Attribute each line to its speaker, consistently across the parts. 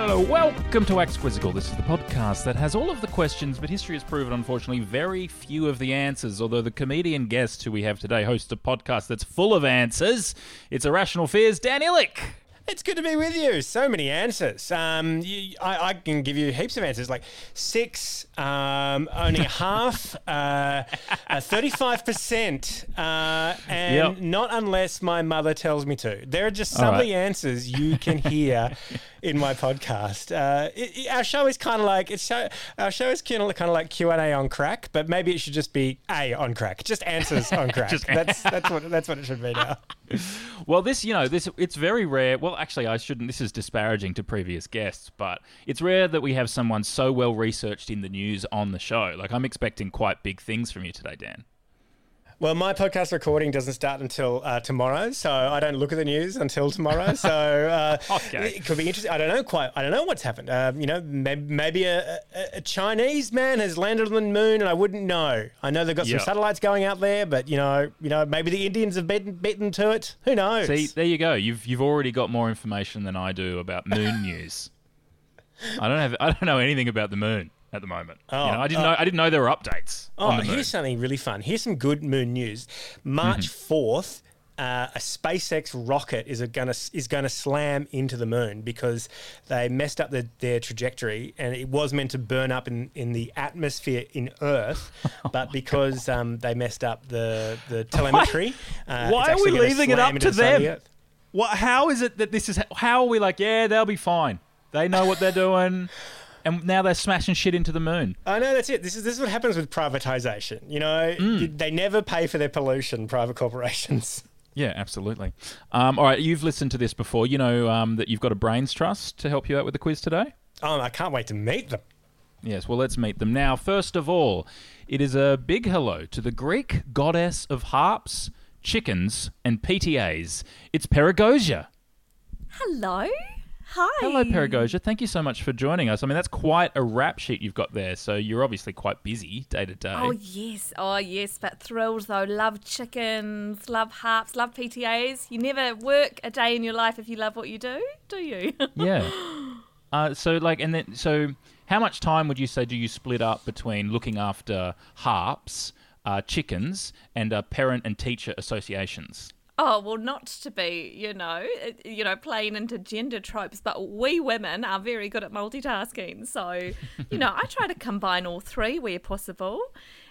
Speaker 1: Hello, welcome to Axquisical. This is the podcast that has all of the questions, but history has proven, unfortunately, very few of the answers. Although the comedian guest who we have today hosts a podcast that's full of answers. It's Irrational Fears, Dan Illick.
Speaker 2: It's good to be with you. So many answers. Um, you, I, I can give you heaps of answers, like six, um, only half, uh, thirty-five percent, uh, and
Speaker 1: Yep.
Speaker 2: not unless my mother tells me to. There are just
Speaker 1: All
Speaker 2: some of
Speaker 1: right.
Speaker 2: the answers you can hear in my podcast. Uh, it, it- our show is kind of like it's show, our show is kind of kind of like Q and A on crack, but maybe it should just be A on crack, just answers on crack.
Speaker 1: Just-
Speaker 2: that's that's what that's what it should be now.
Speaker 1: Well, this, you know, this it's very rare. Well, actually, I shouldn't. This is disparaging to previous guests, but it's rare that we have someone so well researched in the news on the show. Like, I'm expecting quite big things from you today, Dan.
Speaker 2: Well, my podcast recording doesn't start until uh, tomorrow, so I don't look at the news until tomorrow. So uh,
Speaker 1: Okay.
Speaker 2: it could be interesting. I don't know quite. I don't know what's happened. Uh, you know, maybe, maybe a, a, a Chinese man has landed on the moon, and I wouldn't know. I know they've got
Speaker 1: Yeah.
Speaker 2: some satellites going out there, but you know, you know, maybe the Indians have beaten, beaten to it. Who knows?
Speaker 1: See, there you go. You've you've already got more information than I do about moon news. I don't have I don't know anything about the moon at the moment. You know, I didn't know I didn't know there were updates
Speaker 2: Oh,
Speaker 1: on the moon.
Speaker 2: here's something really fun. Here's some good moon news. March
Speaker 1: Mm-hmm.
Speaker 2: 4th, uh, a SpaceX rocket is going to is going to slam into the moon because they messed up the, their trajectory and it was meant to burn up in, in the atmosphere in Earth,
Speaker 1: Oh
Speaker 2: but because um, they messed up the the telemetry, uh,
Speaker 1: Why
Speaker 2: it's
Speaker 1: are we
Speaker 2: actually gonna
Speaker 1: leaving it
Speaker 2: slam
Speaker 1: up
Speaker 2: into
Speaker 1: to
Speaker 2: the side of the
Speaker 1: them?
Speaker 2: Earth.
Speaker 1: What? How is it that this is? How are we like? Yeah, they'll be fine. They know what they're doing, and now they're smashing shit into the moon.
Speaker 2: I know that's it. This is this is what happens with privatization. You know,
Speaker 1: Mm.
Speaker 2: they never pay for their pollution. Private corporations.
Speaker 1: Yeah, absolutely. Um, all right, you've listened to this before. You know um, that you've got a brains trust to help you out with the quiz today.
Speaker 2: Oh, I can't wait to meet them.
Speaker 1: Yes, well, let's meet them now. First of all, it is a big hello to the Greek goddess of harps, chickens, and PTAs. It's Perigosia.
Speaker 3: Hello. Hi.
Speaker 1: Hello, Perigosia. Thank you so much for joining us. I mean, that's quite a rap sheet you've got there, so you're obviously quite busy day to day.
Speaker 3: Oh yes, oh yes, but thrilled though. Love chickens, love harps, love PTAs. You never work a day in your life if you love what you do, do you?
Speaker 1: Yeah. Uh, so, like, and then, so how much time would you say do you split up between looking after harps, uh, chickens, and uh, parent and teacher associations?
Speaker 3: oh well, not to be, you know, uh, you know, playing into gender tropes, but we women are very good at multitasking. So, you know, I try to combine all three where possible.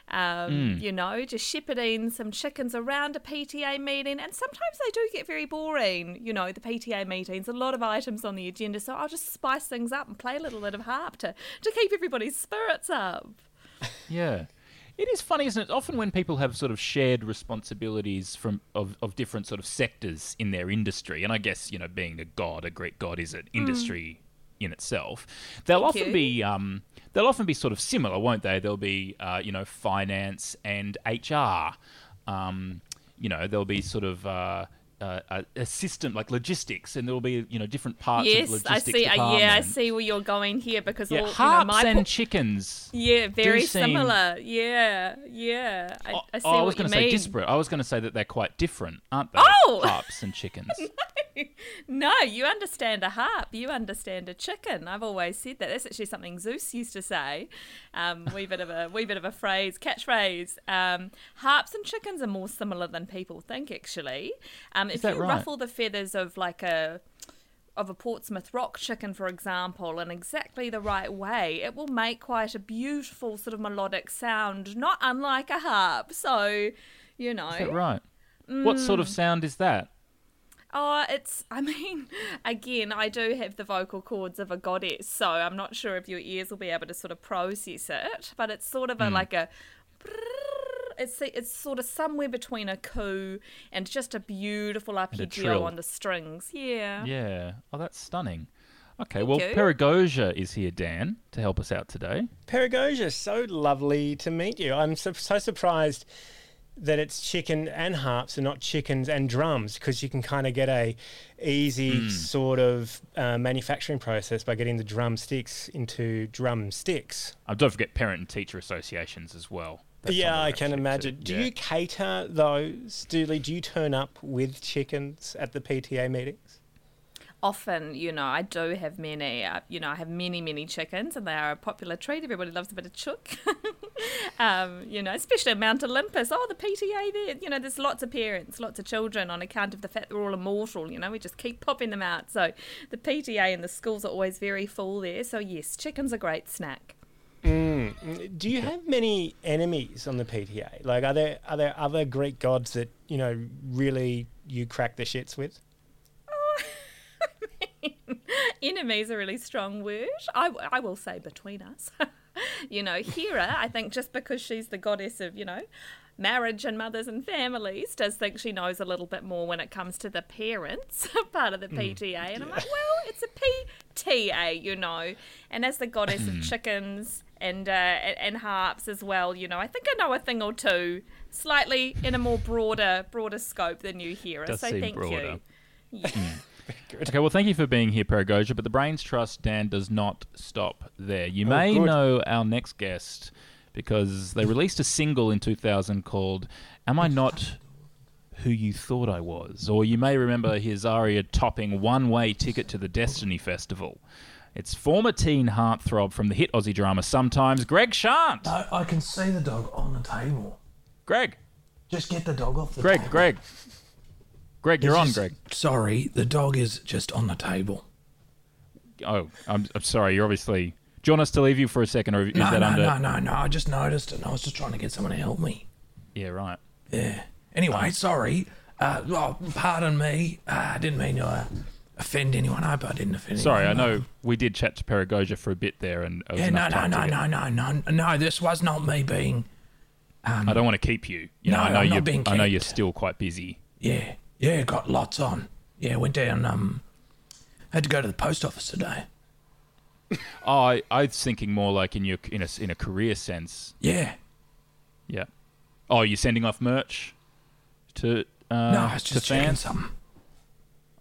Speaker 3: Um, You know, just shepherding some chickens around a PTA meeting, and sometimes they do get very boring. You know, the PTA meetings, a lot of items on the agenda, so I'll just spice things up and play a little bit of harp to to keep everybody's spirits up.
Speaker 1: Yeah. It is funny, isn't it? Often when people have sort of shared responsibilities from of, of different sort of sectors in their industry, and I guess, you know, being a god, a Greek god is an industry in itself. They'll
Speaker 4: Mm. Thank
Speaker 1: often
Speaker 4: you.
Speaker 1: be um, they'll often be sort of similar, won't they? There'll be uh, you know finance and HR. Um, you know there'll be sort of. Uh, uh, a, a system like logistics, and there will be you know different parts of
Speaker 4: Yes, I
Speaker 1: logistics
Speaker 4: see. Uh, yeah, I
Speaker 1: department.
Speaker 4: see where you're going here because
Speaker 1: Yeah,
Speaker 4: all you know,
Speaker 1: harps
Speaker 4: my
Speaker 1: and
Speaker 4: po-
Speaker 1: chickens.
Speaker 4: yeah, very
Speaker 1: seem-
Speaker 4: similar. Yeah, yeah. I,
Speaker 1: Oh,
Speaker 4: I see
Speaker 1: oh, I
Speaker 4: what
Speaker 1: was
Speaker 4: you
Speaker 1: gonna
Speaker 4: mean.
Speaker 1: say disparate. I was going to say that they're quite different, aren't they?
Speaker 4: Oh!
Speaker 1: harps and chickens.
Speaker 4: No, you understand a harp. You understand a chicken. I've always said that. That's actually something Zeus used to say. Um, wee bit of a wee bit of a phrase, catchphrase. Um, harps and chickens are more similar than people think, actually. Um, if
Speaker 1: that
Speaker 4: you
Speaker 1: right?
Speaker 4: ruffle the feathers of like a of a Portsmouth rock chicken, for example, in exactly the right way, it will make quite a beautiful sort of melodic sound, not unlike a harp. So, you know,
Speaker 1: Is that right? What sort
Speaker 4: Mm.
Speaker 1: of sound is that?
Speaker 4: Oh, it's. I mean, again, I do have the vocal cords of a goddess, so I'm not sure if your ears will be able to sort of process it. But it's sort of a like a. It's it's sort of somewhere between a coo and just a beautiful arpeggio
Speaker 1: trill.
Speaker 4: on the strings. Yeah.
Speaker 1: Yeah. Oh, that's stunning. Okay, well,
Speaker 4: you.
Speaker 1: Perigosia is here, Dan, to help us out today.
Speaker 2: Perigosia, so lovely to meet you. I'm so, so surprised that it's chicken and harps and not chickens and drums because you can kind of get a easy sort of uh, manufacturing process by getting the drumsticks into drumsticks.
Speaker 1: Uh, don't forget parent and teacher associations as well. That's on
Speaker 2: yeah,
Speaker 1: the
Speaker 2: I can
Speaker 1: website too.
Speaker 2: imagine. Do
Speaker 1: Yeah.
Speaker 2: you cater those, Dooley? Do you turn up with chickens at the PTA meetings?
Speaker 4: Often, you know, I do have many. Uh, you know, I have many many chickens, and they are a popular treat. Everybody loves a bit of chook. um, you know, especially at Mount Olympus. Oh, the PTA there. You know, there's lots of parents, lots of children on account of the fact they're all immortal. You know, we just keep popping them out. So the PTA and the schools are always very full there. So yes, chicken's a great snack.
Speaker 2: Do you have many enemies on the PTA? Like, are there are there other Greek gods that you know really you crack the shits with?
Speaker 4: Oh, Enemy's a really strong word. I, I will say between us. you know, Hera, I think just because she's the goddess of, you know, marriage and mothers and families, does think she knows a little bit more when it comes to the parents part of the PTA. And I'm like, well, it's a PTA, you know. And as the goddess
Speaker 1: Hmm.
Speaker 4: of chickens and, uh, and and harps as well, you know, I think I know a thing or two, slightly in a more broader broader scope than you, Hera.
Speaker 1: Does
Speaker 4: so
Speaker 1: seem
Speaker 4: thank
Speaker 1: broader.
Speaker 4: you. Yeah.
Speaker 1: Okay, well, thank you for being here, Perigosia, but the Brains Trust, Dan, does not stop there. You
Speaker 2: Oh,
Speaker 1: may
Speaker 2: good.
Speaker 1: know our next guest because they released a single in 2000 called Am I Not Who You Thought I Was? Or you may remember his aria topping One Way Ticket to the Destiny Festival. It's former teen heartthrob from the hit Aussie drama Sometimes, Greg Shant.
Speaker 5: I, I can see the dog on the table.
Speaker 1: Greg,
Speaker 5: Just get the dog off the
Speaker 1: Greg,
Speaker 5: table.
Speaker 1: Greg. Greg, you're
Speaker 5: It's
Speaker 1: on,
Speaker 5: just-
Speaker 1: Greg.
Speaker 5: Sorry, the dog is just on the table.
Speaker 1: Oh, I'm, I'm sorry. You're obviously. Do you want us to leave you for a second, or is
Speaker 5: No,
Speaker 1: that
Speaker 5: no,
Speaker 1: under?
Speaker 5: no, no, no. I just noticed and I was just trying to get someone to help me.
Speaker 1: Yeah, right.
Speaker 5: Yeah. Anyway, sorry. Uh, well, pardon me. Uh, I didn't mean to uh, offend anyone. I hope I didn't offend
Speaker 1: Sorry, I
Speaker 5: anyone.
Speaker 1: know we did chat to Perigosia for a bit there, and it was
Speaker 5: Yeah, no,
Speaker 1: enough
Speaker 5: no,
Speaker 1: time to
Speaker 5: no,
Speaker 1: get-
Speaker 5: no, no, no, no. This was not me being.
Speaker 1: I don't want to keep you. you know,
Speaker 5: No,
Speaker 1: I know
Speaker 5: I'm not
Speaker 1: you're,
Speaker 5: being
Speaker 1: I know you're
Speaker 5: kept.
Speaker 1: still quite busy.
Speaker 5: Yeah, yeah. Got lots on. Yeah, went down. Um, had to go to the post office today.
Speaker 1: Oh, I, I was thinking more like in your in a in a career sense.
Speaker 5: Yeah.
Speaker 1: Yeah. Oh, you're sending off merch to uh,
Speaker 5: No, I was just
Speaker 1: to
Speaker 5: checking
Speaker 1: fans.
Speaker 5: something.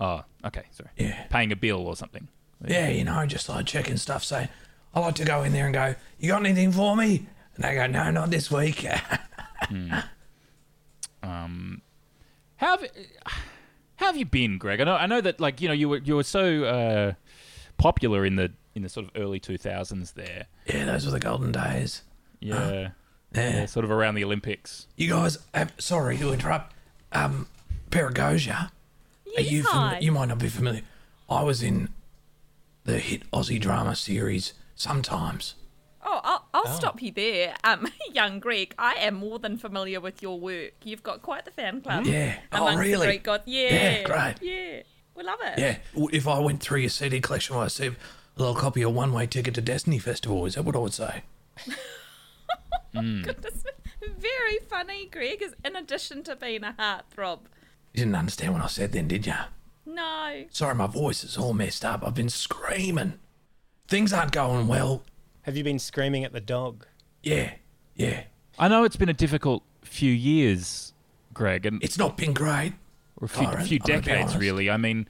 Speaker 1: Oh, okay, sorry.
Speaker 5: Yeah.
Speaker 1: Paying a bill or something.
Speaker 5: Yeah, you know, just like checking stuff. So I like to go in there and go, "You got anything for me?" And they go, "No, not this week."
Speaker 1: How have, how have you been, Greg? I know I know that like you know you were you were so uh, popular in the in the sort of early two thousands there.
Speaker 5: yeah, those were the golden days.
Speaker 1: Yeah.
Speaker 5: Yeah.
Speaker 1: yeah. Sort of around the Olympics.
Speaker 5: You guys, have, sorry to interrupt. Um, Perigosia, are you?
Speaker 4: Yes, hi.
Speaker 5: you might not be familiar. I was in the hit Aussie drama series. Sometimes.
Speaker 4: Oh, I'll, I'll stop you there, um, young Greek. I am more than familiar with your work. You've got quite the fan club.
Speaker 5: Yeah. Oh,
Speaker 4: amongst The
Speaker 5: really?
Speaker 4: Greek god. Yeah.
Speaker 5: Yeah, great.
Speaker 4: Yeah, we love it.
Speaker 5: Yeah, w- if I went through your CD collection, would I see a little copy of One Way Ticket to Destiny Festival? Is that what I would say?
Speaker 4: Goodness me. Very funny. Greg is in addition to being a heartthrob.
Speaker 5: You didn't understand what I said then, did ya?
Speaker 4: No.
Speaker 5: Sorry, my voice is all messed up. I've been screaming.
Speaker 4: things aren't going well.
Speaker 2: Have you been screaming at the dog?
Speaker 4: Yeah, yeah.
Speaker 1: I know it's been a difficult few yeys, Greg, and
Speaker 4: It's not been great.
Speaker 1: or a
Speaker 4: Kyron,
Speaker 1: few, few
Speaker 4: I'm gonna be
Speaker 1: decades
Speaker 4: honest.
Speaker 1: really. I mean,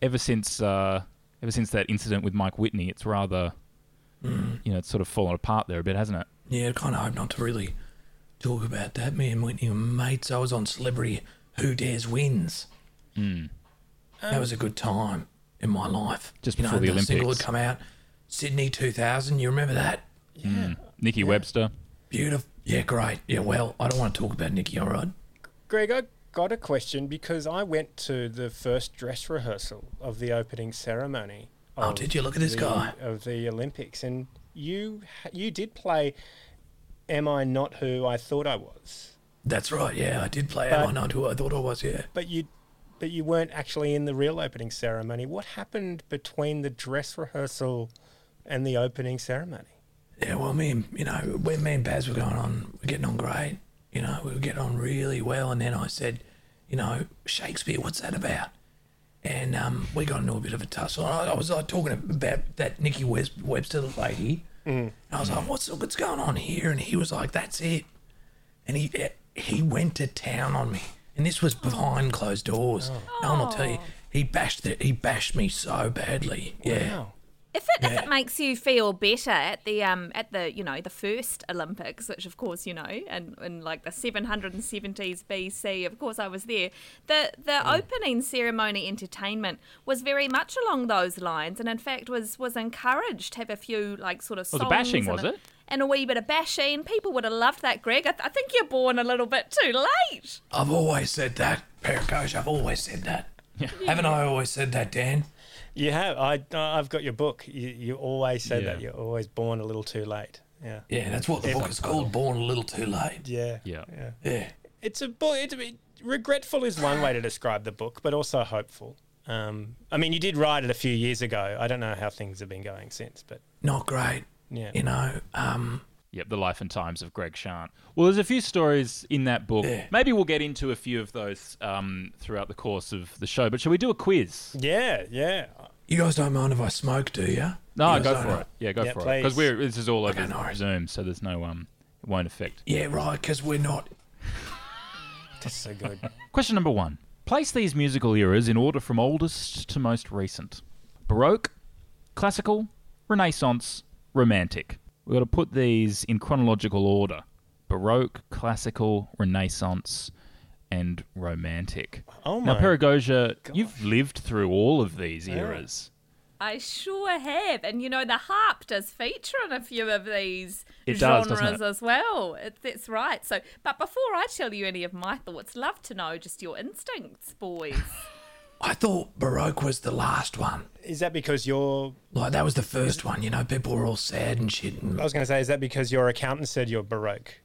Speaker 1: ever since uh, ever since that incident with Mike Whitney, it's rather you know it's sort of fallen apart there a bit, hasn't it?
Speaker 4: Yeah, I kind of hope not to really talk about that. Me and Whitney were mates. I was on Celebrity Who Dares Wins. That was a good time in my life.
Speaker 1: Just
Speaker 4: You know,
Speaker 1: before the
Speaker 4: single had
Speaker 1: Olympics.
Speaker 4: come out, Sydney 2000. You remember that?
Speaker 1: Nikki Webster.
Speaker 4: Beautiful. Yeah, great. Yeah, well, I don't want to talk about Nikki, all right?
Speaker 2: Greg, I got a question because I went to the first dress rehearsal of the opening ceremony.
Speaker 4: Oh,
Speaker 2: of
Speaker 4: did you? Look at this
Speaker 2: the-
Speaker 4: guy.
Speaker 2: of the Olympics, and you you did play. Am I not who I thought I was?
Speaker 4: That's right. Yeah, I did play
Speaker 2: But-
Speaker 4: Am I Not Who I Thought I Was. Yeah.
Speaker 2: But you, but you weren't actually in the real opening ceremony. What happened between the dress rehearsal and the opening ceremony?
Speaker 4: Yeah, well, me and, you know, when me and Baz were going on, we're getting on great. You know, we were getting on really well. And then I said, you know, Shakespeare, what's that about? And um, we got into a bit of a tussle. And I, I was like talking about that Nikki Wes- Webster lady.
Speaker 2: Mm.
Speaker 4: And I was like, what's, what's going on here? And he was like, that's it. And he he went to town on me. And this was behind closed doors.
Speaker 2: Oh.
Speaker 4: No one will tell you. He bashed the, he bashed me so badly. Yeah.
Speaker 5: If it, if it makes you feel better at the um at the you know the first Olympics, which of course you know, and in like the 770s BC, of course I was there. The the opening ceremony entertainment was very much along those lines, and in fact was was encouraged to have a few like sort of
Speaker 1: Was
Speaker 5: songs
Speaker 1: it bashing,
Speaker 5: and
Speaker 1: was
Speaker 5: a,
Speaker 1: it?
Speaker 5: and a wee bit of bashing. People would have loved that, Greg. I, th- I think you're born a little bit too late.
Speaker 4: I've always said that, Pericoche. I've always said that. Haven't I always said that, Dan?
Speaker 2: You have. I. I've got your book. You, you always said that.
Speaker 1: Yeah.
Speaker 2: You're always born a little too late. Yeah.
Speaker 4: Yeah, that's what the book is called. Born a little too late.
Speaker 2: Yeah.
Speaker 1: Yeah.
Speaker 4: Yeah,
Speaker 2: It's a book. It's a bit, regretful is one way to describe the book, but also hopeful. Um, I mean, you did write it a few years ago. I don't know how things have been going since, but
Speaker 4: not great.
Speaker 2: Yeah.
Speaker 4: you know. Um,
Speaker 1: Yep, the life and times of Greg Shant. Well, there's a few stories in that book. Maybe we'll get into a few of those um, throughout the course of the show. But shall we do a quiz?
Speaker 2: yeah, yeah.
Speaker 4: you guys don't mind if I smoke, do you? You
Speaker 1: No,
Speaker 4: guys
Speaker 1: go
Speaker 4: don't
Speaker 1: for
Speaker 4: mind?
Speaker 1: it. Yeah, go
Speaker 2: Yeah,
Speaker 1: for it. Because
Speaker 2: please.
Speaker 1: we're this is all over
Speaker 4: Okay, no worries.
Speaker 1: Zoom, so there's no um, it won't affect.
Speaker 4: Yeah, right. Because we're not.
Speaker 2: That's so good.
Speaker 1: Question number one. Place these musical eras in order from oldest to most recent Baroque, Classical, Renaissance, Romantic. We've got to put these in chronological order Baroque, Classical, Renaissance, and Romantic.
Speaker 2: Oh
Speaker 1: now,
Speaker 2: my
Speaker 1: Perigosia, you've lived through all of these eras.
Speaker 5: I sure have, and you know the harp does feature in a few of these
Speaker 1: It does,
Speaker 5: genres
Speaker 1: doesn't it?
Speaker 5: as well. It, that's right. So, but before I tell you any of my thoughts, love to know just your instincts, boys.
Speaker 4: I thought Baroque was the last one.
Speaker 2: Is that because you're?
Speaker 4: Like Oh, that was the first one. You know, people were all sad and shit. And,
Speaker 2: I was going to say, is that because your accountant said you're baroque?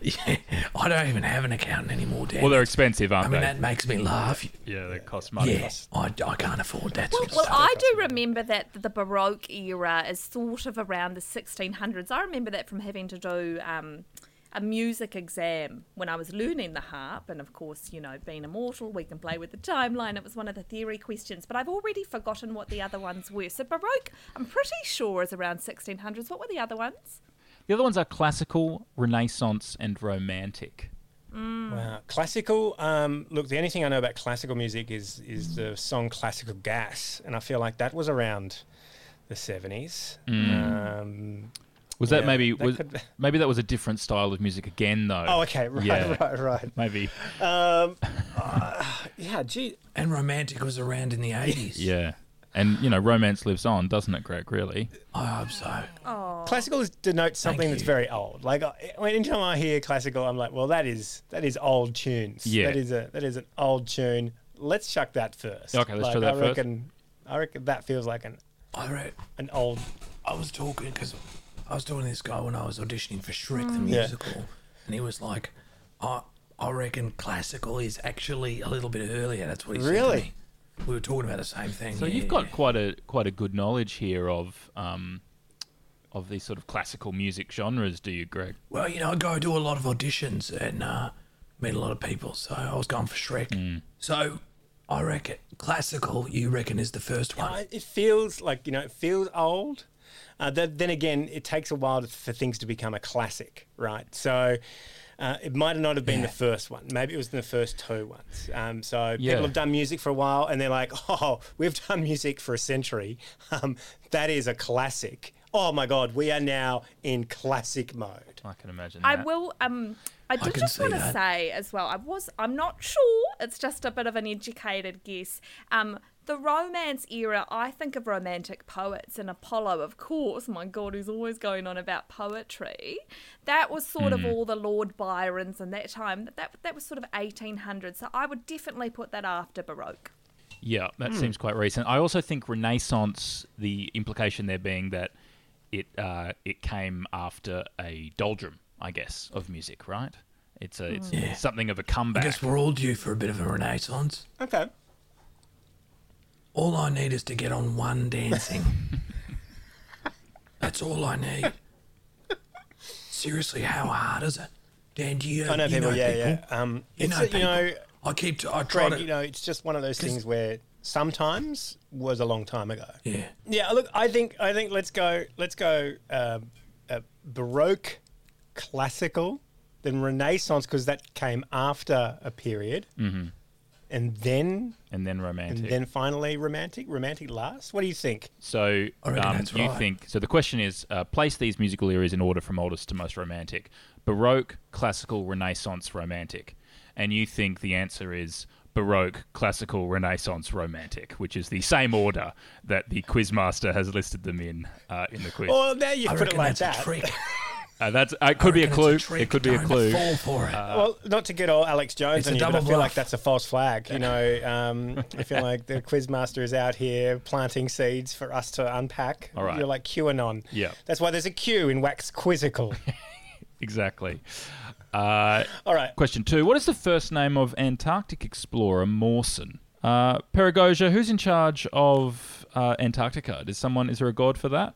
Speaker 4: yeah, I don't even have an accountant anymore, Dan.
Speaker 1: Well, they're expensive,
Speaker 4: I
Speaker 1: aren't
Speaker 4: mean,
Speaker 1: they?
Speaker 4: that makes me laugh.
Speaker 1: yeah, they cost money.
Speaker 4: Yeah, I, I can't afford that
Speaker 5: well,
Speaker 4: sort of
Speaker 5: well,
Speaker 4: stuff.
Speaker 5: I do remember that the Baroque era is sort of around the 1600s. I remember that from having to do um, a music exam when I was learning the harp, and of course, you know, being immortal, we can play with the timeline. It was one of the theory questions, but I've already forgotten what the other ones were. So Baroque, I'm pretty sure, is around 1600s. What were the other ones?
Speaker 1: The other ones are classical, renaissance, and romantic.
Speaker 2: Wow. Classical. Um, look, the only thing I know about classical music is is the song "Classical Gas," and I feel like that was around the seventies. Um,
Speaker 1: Was that
Speaker 2: Yeah,
Speaker 1: maybe
Speaker 2: that
Speaker 1: was
Speaker 2: could-
Speaker 1: maybe that was a different style of music again though?
Speaker 2: oh, okay, right,
Speaker 1: Yeah.
Speaker 2: right, right.
Speaker 1: Maybe.
Speaker 2: Um, yeah, gee,
Speaker 4: And Romantic was around in the 80s.
Speaker 1: Yeah. And you know, romance lives on, doesn't it, Greg? Really?
Speaker 4: I hope so.
Speaker 2: classical is- denotes something that's
Speaker 4: you.
Speaker 2: very old. Like I- when anytime I hear classical, I'm like, well, that is that is old tunes.
Speaker 1: Yeah.
Speaker 2: that is a that is an old tune. Let's chuck that first.
Speaker 1: Okay, let's
Speaker 2: like,
Speaker 1: try that
Speaker 2: I
Speaker 1: first.
Speaker 2: reckon, I reckon that feels like an
Speaker 4: I read.
Speaker 2: an old.
Speaker 4: I was talking because I was talking to this guy when I was auditioning for Shrek the musical, and he was like, "I I reckon classical is actually a little bit earlier." That's what he said. to
Speaker 2: Really?
Speaker 4: me. We were talking about the same thing.
Speaker 1: So
Speaker 4: yeah,
Speaker 1: you've got
Speaker 4: yeah.
Speaker 1: quite a quite a good knowledge here of um of these sort of classical music genres, do you, Greg?
Speaker 4: well, you know, I go do a lot of auditions and uh, meet a lot of people. So I was going for Shrek. So
Speaker 6: I reckon classical. You reckon is the first one.
Speaker 1: I- It feels like you know, it feels old. Uh, th then again, it takes a while to, for things to become a classic, right? So. Uh, it might not have been the first one. Maybe it was the first two ones. Um, so
Speaker 2: Yeah.
Speaker 1: people have done music for a while, and they're like, "Oh, we've done music for a century. Um, that is a classic. Oh my God, we are now in classic mode."
Speaker 2: I can imagine.
Speaker 5: I
Speaker 2: that.
Speaker 5: will. Um, I did
Speaker 6: can
Speaker 5: just
Speaker 6: see
Speaker 5: want to
Speaker 6: that.
Speaker 5: say as well. I was. I'm not sure. It's just a bit of an educated guess. Um, the romance era. I think of romantic poets and Apollo, of course. My God, who's always going on about poetry. That was sort of all the Lord Byrons and that time. That that was sort of 1800. So I would definitely put that after Baroque.
Speaker 2: Yeah, that
Speaker 4: Hmm.
Speaker 2: seems quite recent. I also think Renaissance. The implication there being that it uh, it came after a doldrum, I guess, of music, right? It's a it's something of a
Speaker 6: I
Speaker 2: comeback.
Speaker 6: guess we're all due for a bit of a renaissance.
Speaker 1: Okay.
Speaker 6: All I need is to get on one dancing. That's all I need. Seriously, how hard is it? Dan, do you?
Speaker 1: I know
Speaker 6: you
Speaker 1: people.
Speaker 6: Know
Speaker 1: yeah,
Speaker 6: people?
Speaker 1: yeah. Um,
Speaker 6: You
Speaker 1: it's,
Speaker 6: know, people.
Speaker 1: you know,
Speaker 6: I keep. T- I try
Speaker 1: Greg,
Speaker 6: to.
Speaker 1: you know, it's just one of those
Speaker 6: 'Cause-
Speaker 1: things where sometimes was a long time ago.
Speaker 6: yeah.
Speaker 1: Yeah, look, I think I think let's go let's go um uh, baroque, classical, then Renaissance because that came after a period, and then
Speaker 2: Mm-hmm. and then romantic.
Speaker 1: and then finally romantic. Romantic last. What do you think?
Speaker 2: So
Speaker 6: I reckon
Speaker 2: um,
Speaker 6: that's
Speaker 2: you
Speaker 6: right.
Speaker 2: think so? The question is: uh, place these musical eras in order from oldest to most romantic: Baroque, Classical, Renaissance, Romantic. And you think the answer is Baroque, Classical, Renaissance, Romantic, which is the same order that the quizmaster has listed them in uh, in the quiz.
Speaker 1: Well, now you
Speaker 6: I
Speaker 1: put
Speaker 6: reckon
Speaker 1: it like
Speaker 6: that's
Speaker 1: that.
Speaker 6: a trick.
Speaker 2: Uh, that's uh, it. Could be a
Speaker 6: reckon
Speaker 2: clue.
Speaker 6: it's trick.
Speaker 2: It could be a
Speaker 6: Don't
Speaker 2: clue.
Speaker 6: Fall for it.
Speaker 2: Uh,
Speaker 1: Well, not to get all Alex Jones
Speaker 6: It's
Speaker 1: on
Speaker 6: a
Speaker 1: you, but I
Speaker 6: double
Speaker 1: feel like
Speaker 6: bluff.
Speaker 1: that's a false flag. You know, um, I feel like the quizmaster is out here planting seeds for us to unpack.
Speaker 2: All right.
Speaker 1: You're like QAnon.
Speaker 2: Yeah.
Speaker 1: That's why there's a Q in Wax Quizzical.
Speaker 2: Exactly. Uh,
Speaker 1: All right.
Speaker 2: question two: What is the first name of Antarctic explorer Mawson? Uh, Perigosia, who's in charge of uh, Antarctica? Does someone? Is there a god for that?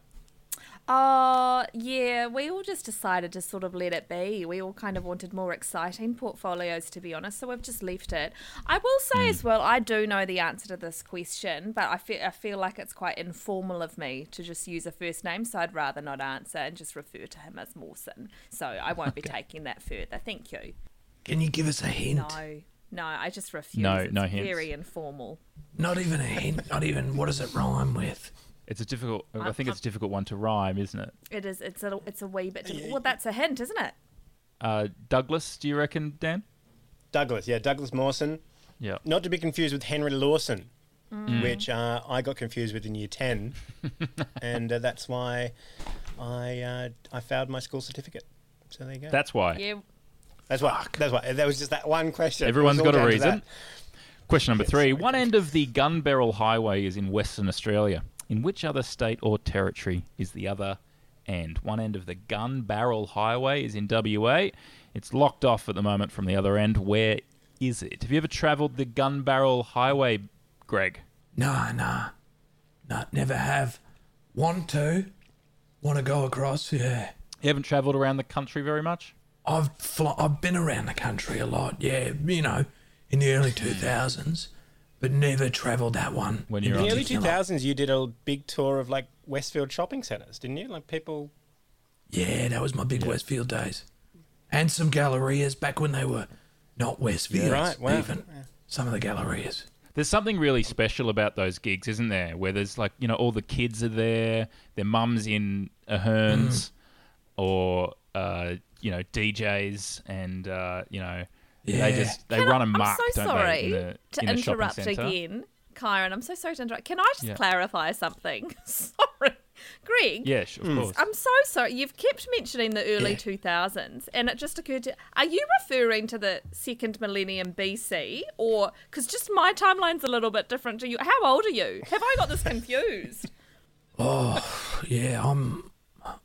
Speaker 5: Oh, yeah, we all just decided to sort of let it be. We all kind of wanted more exciting portfolios, to be honest, so we've just left it. I will say as well, I do know the answer to this question, but I feel, I feel like it's quite informal of me to just use a first name, so I'd rather not answer and just refer to him as Mawson. So I won't be taking that further. Thank you.
Speaker 6: Can you give us a hint?
Speaker 5: No, no, I just refuse.
Speaker 2: No,
Speaker 5: it's
Speaker 2: no hints.
Speaker 5: very informal.
Speaker 6: Not even a hint. Not even what does it rhyme with?
Speaker 2: It's a difficult. I think it's a difficult one to rhyme, isn't it?
Speaker 5: It is, it's a, it's a wee bit. Well, that's a hint, isn't it?
Speaker 2: Uh, Douglas, do you reckon, Dan?
Speaker 1: Douglas, yeah, Douglas Mawson.
Speaker 2: Yeah. Mm.
Speaker 1: Not to be confused with Henry Lawson,
Speaker 5: Mm.
Speaker 1: which uh, I got confused with in year 10. and uh, that's why I, uh, I failed my school certificate. So there you go.
Speaker 2: That's why.
Speaker 5: Yeah.
Speaker 1: that's why. That's why. That was just that one question. It
Speaker 2: Everyone's
Speaker 1: was all
Speaker 2: got a
Speaker 1: down to
Speaker 2: reason.
Speaker 1: that.
Speaker 2: Question number three. One end of the Gun Barrel Highway is in Western Australia. In which other state or territory is the other end? One end of the Gun Barrel Highway is in WA. It's locked off at the moment from the other end. Where is it? Have you ever travelled the Gun Barrel Highway, Greg?
Speaker 6: Nah, nah, nah. Never have. Want to? Want to go across? Yeah.
Speaker 2: You haven't travelled around the country very much?
Speaker 6: I've fl- I've been around the country a lot. Yeah, you know, in the early two thousands, but never travelled that one.
Speaker 2: When
Speaker 6: in
Speaker 2: you're
Speaker 1: In
Speaker 2: on
Speaker 1: the early
Speaker 6: particular.
Speaker 1: 2000s, you did a big tour of like Westfield shopping centres, didn't you? Like people.
Speaker 6: Yeah, that was my big Westfield days, and some gallerias back when they were not Westfields.
Speaker 1: Right, wow.
Speaker 6: Even some of the gallerias.
Speaker 2: There's something really special about those gigs, isn't there? Where there's like, you know, all the kids are there, their mums in Aherns
Speaker 6: Mm.
Speaker 2: or, uh, you know, DJs and, uh, you know, they
Speaker 6: Yeah.
Speaker 2: just, they
Speaker 5: Can
Speaker 2: run
Speaker 5: I,
Speaker 2: a mark,
Speaker 5: I'm so
Speaker 2: don't
Speaker 5: sorry
Speaker 2: they? In the,
Speaker 5: to
Speaker 2: in a shopping
Speaker 5: interrupt
Speaker 2: centre.
Speaker 5: again, Kyron. I'm so sorry to interrupt. Can I just
Speaker 2: Yeah.
Speaker 5: clarify something? sorry, Greg.
Speaker 2: Yeah, sure, of
Speaker 1: Hmm.
Speaker 2: course.
Speaker 5: I'm so sorry. You've kept mentioning the early
Speaker 6: Yeah.
Speaker 5: 2000s, and it just occurred to. Are you referring to the second millennium BC, or because just my timeline's a little bit different to you? How old are you? Have I got this confused?
Speaker 6: Yeah, I'm.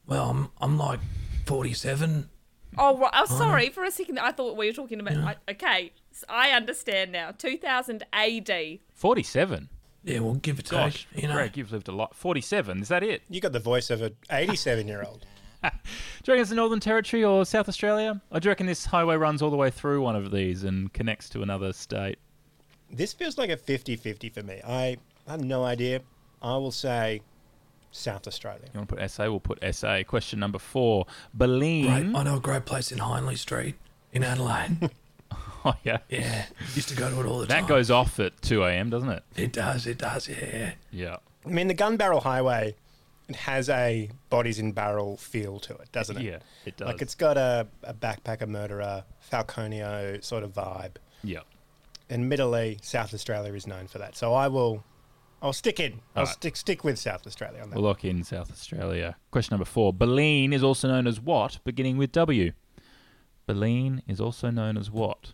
Speaker 6: Well, I'm I'm like forty seven.
Speaker 5: Oh, right. I'm sorry. For a second, I thought we were talking about. I, okay, s- I understand now. 2000 AD.
Speaker 2: 47?
Speaker 6: Yeah, well, give or take.
Speaker 2: Gosh,
Speaker 6: you know.
Speaker 2: Greg, you've lived a lot. 47, is that it?
Speaker 1: You got the voice of an 87 year old.
Speaker 2: Do you reckon it's the Northern Territory or South Australia? Or do you reckon this highway runs all the way through one of these and connects to another state?
Speaker 1: This feels like a 50-50 for me. I, I have no idea. I will say South Australia.
Speaker 2: You want to put SA? We'll put SA. Question number four. Baleen.
Speaker 6: Great. I know a great place in Hindley Street in Adelaide.
Speaker 2: Oh, yeah.
Speaker 6: yeah. Used to go to it all the time.
Speaker 2: That goes off at 2 a.m., doesn't it?
Speaker 6: It does. It does. Yeah.
Speaker 2: Yeah.
Speaker 1: I mean, the Gun Barrel Highway has a bodies in barrel feel to it, doesn't it?
Speaker 2: Yeah, it does.
Speaker 1: Like it's got a, a backpacker murderer, Falconio sort of vibe.
Speaker 2: Yeah.
Speaker 1: Admittedly, South Australia is known for that. So I will, I'll stick in. I'll
Speaker 2: right.
Speaker 1: stick stick with South Australia on that.
Speaker 2: We'll lock in South Australia. Question number four. Baleen is also known as what, beginning with W? Baleen is also known as what?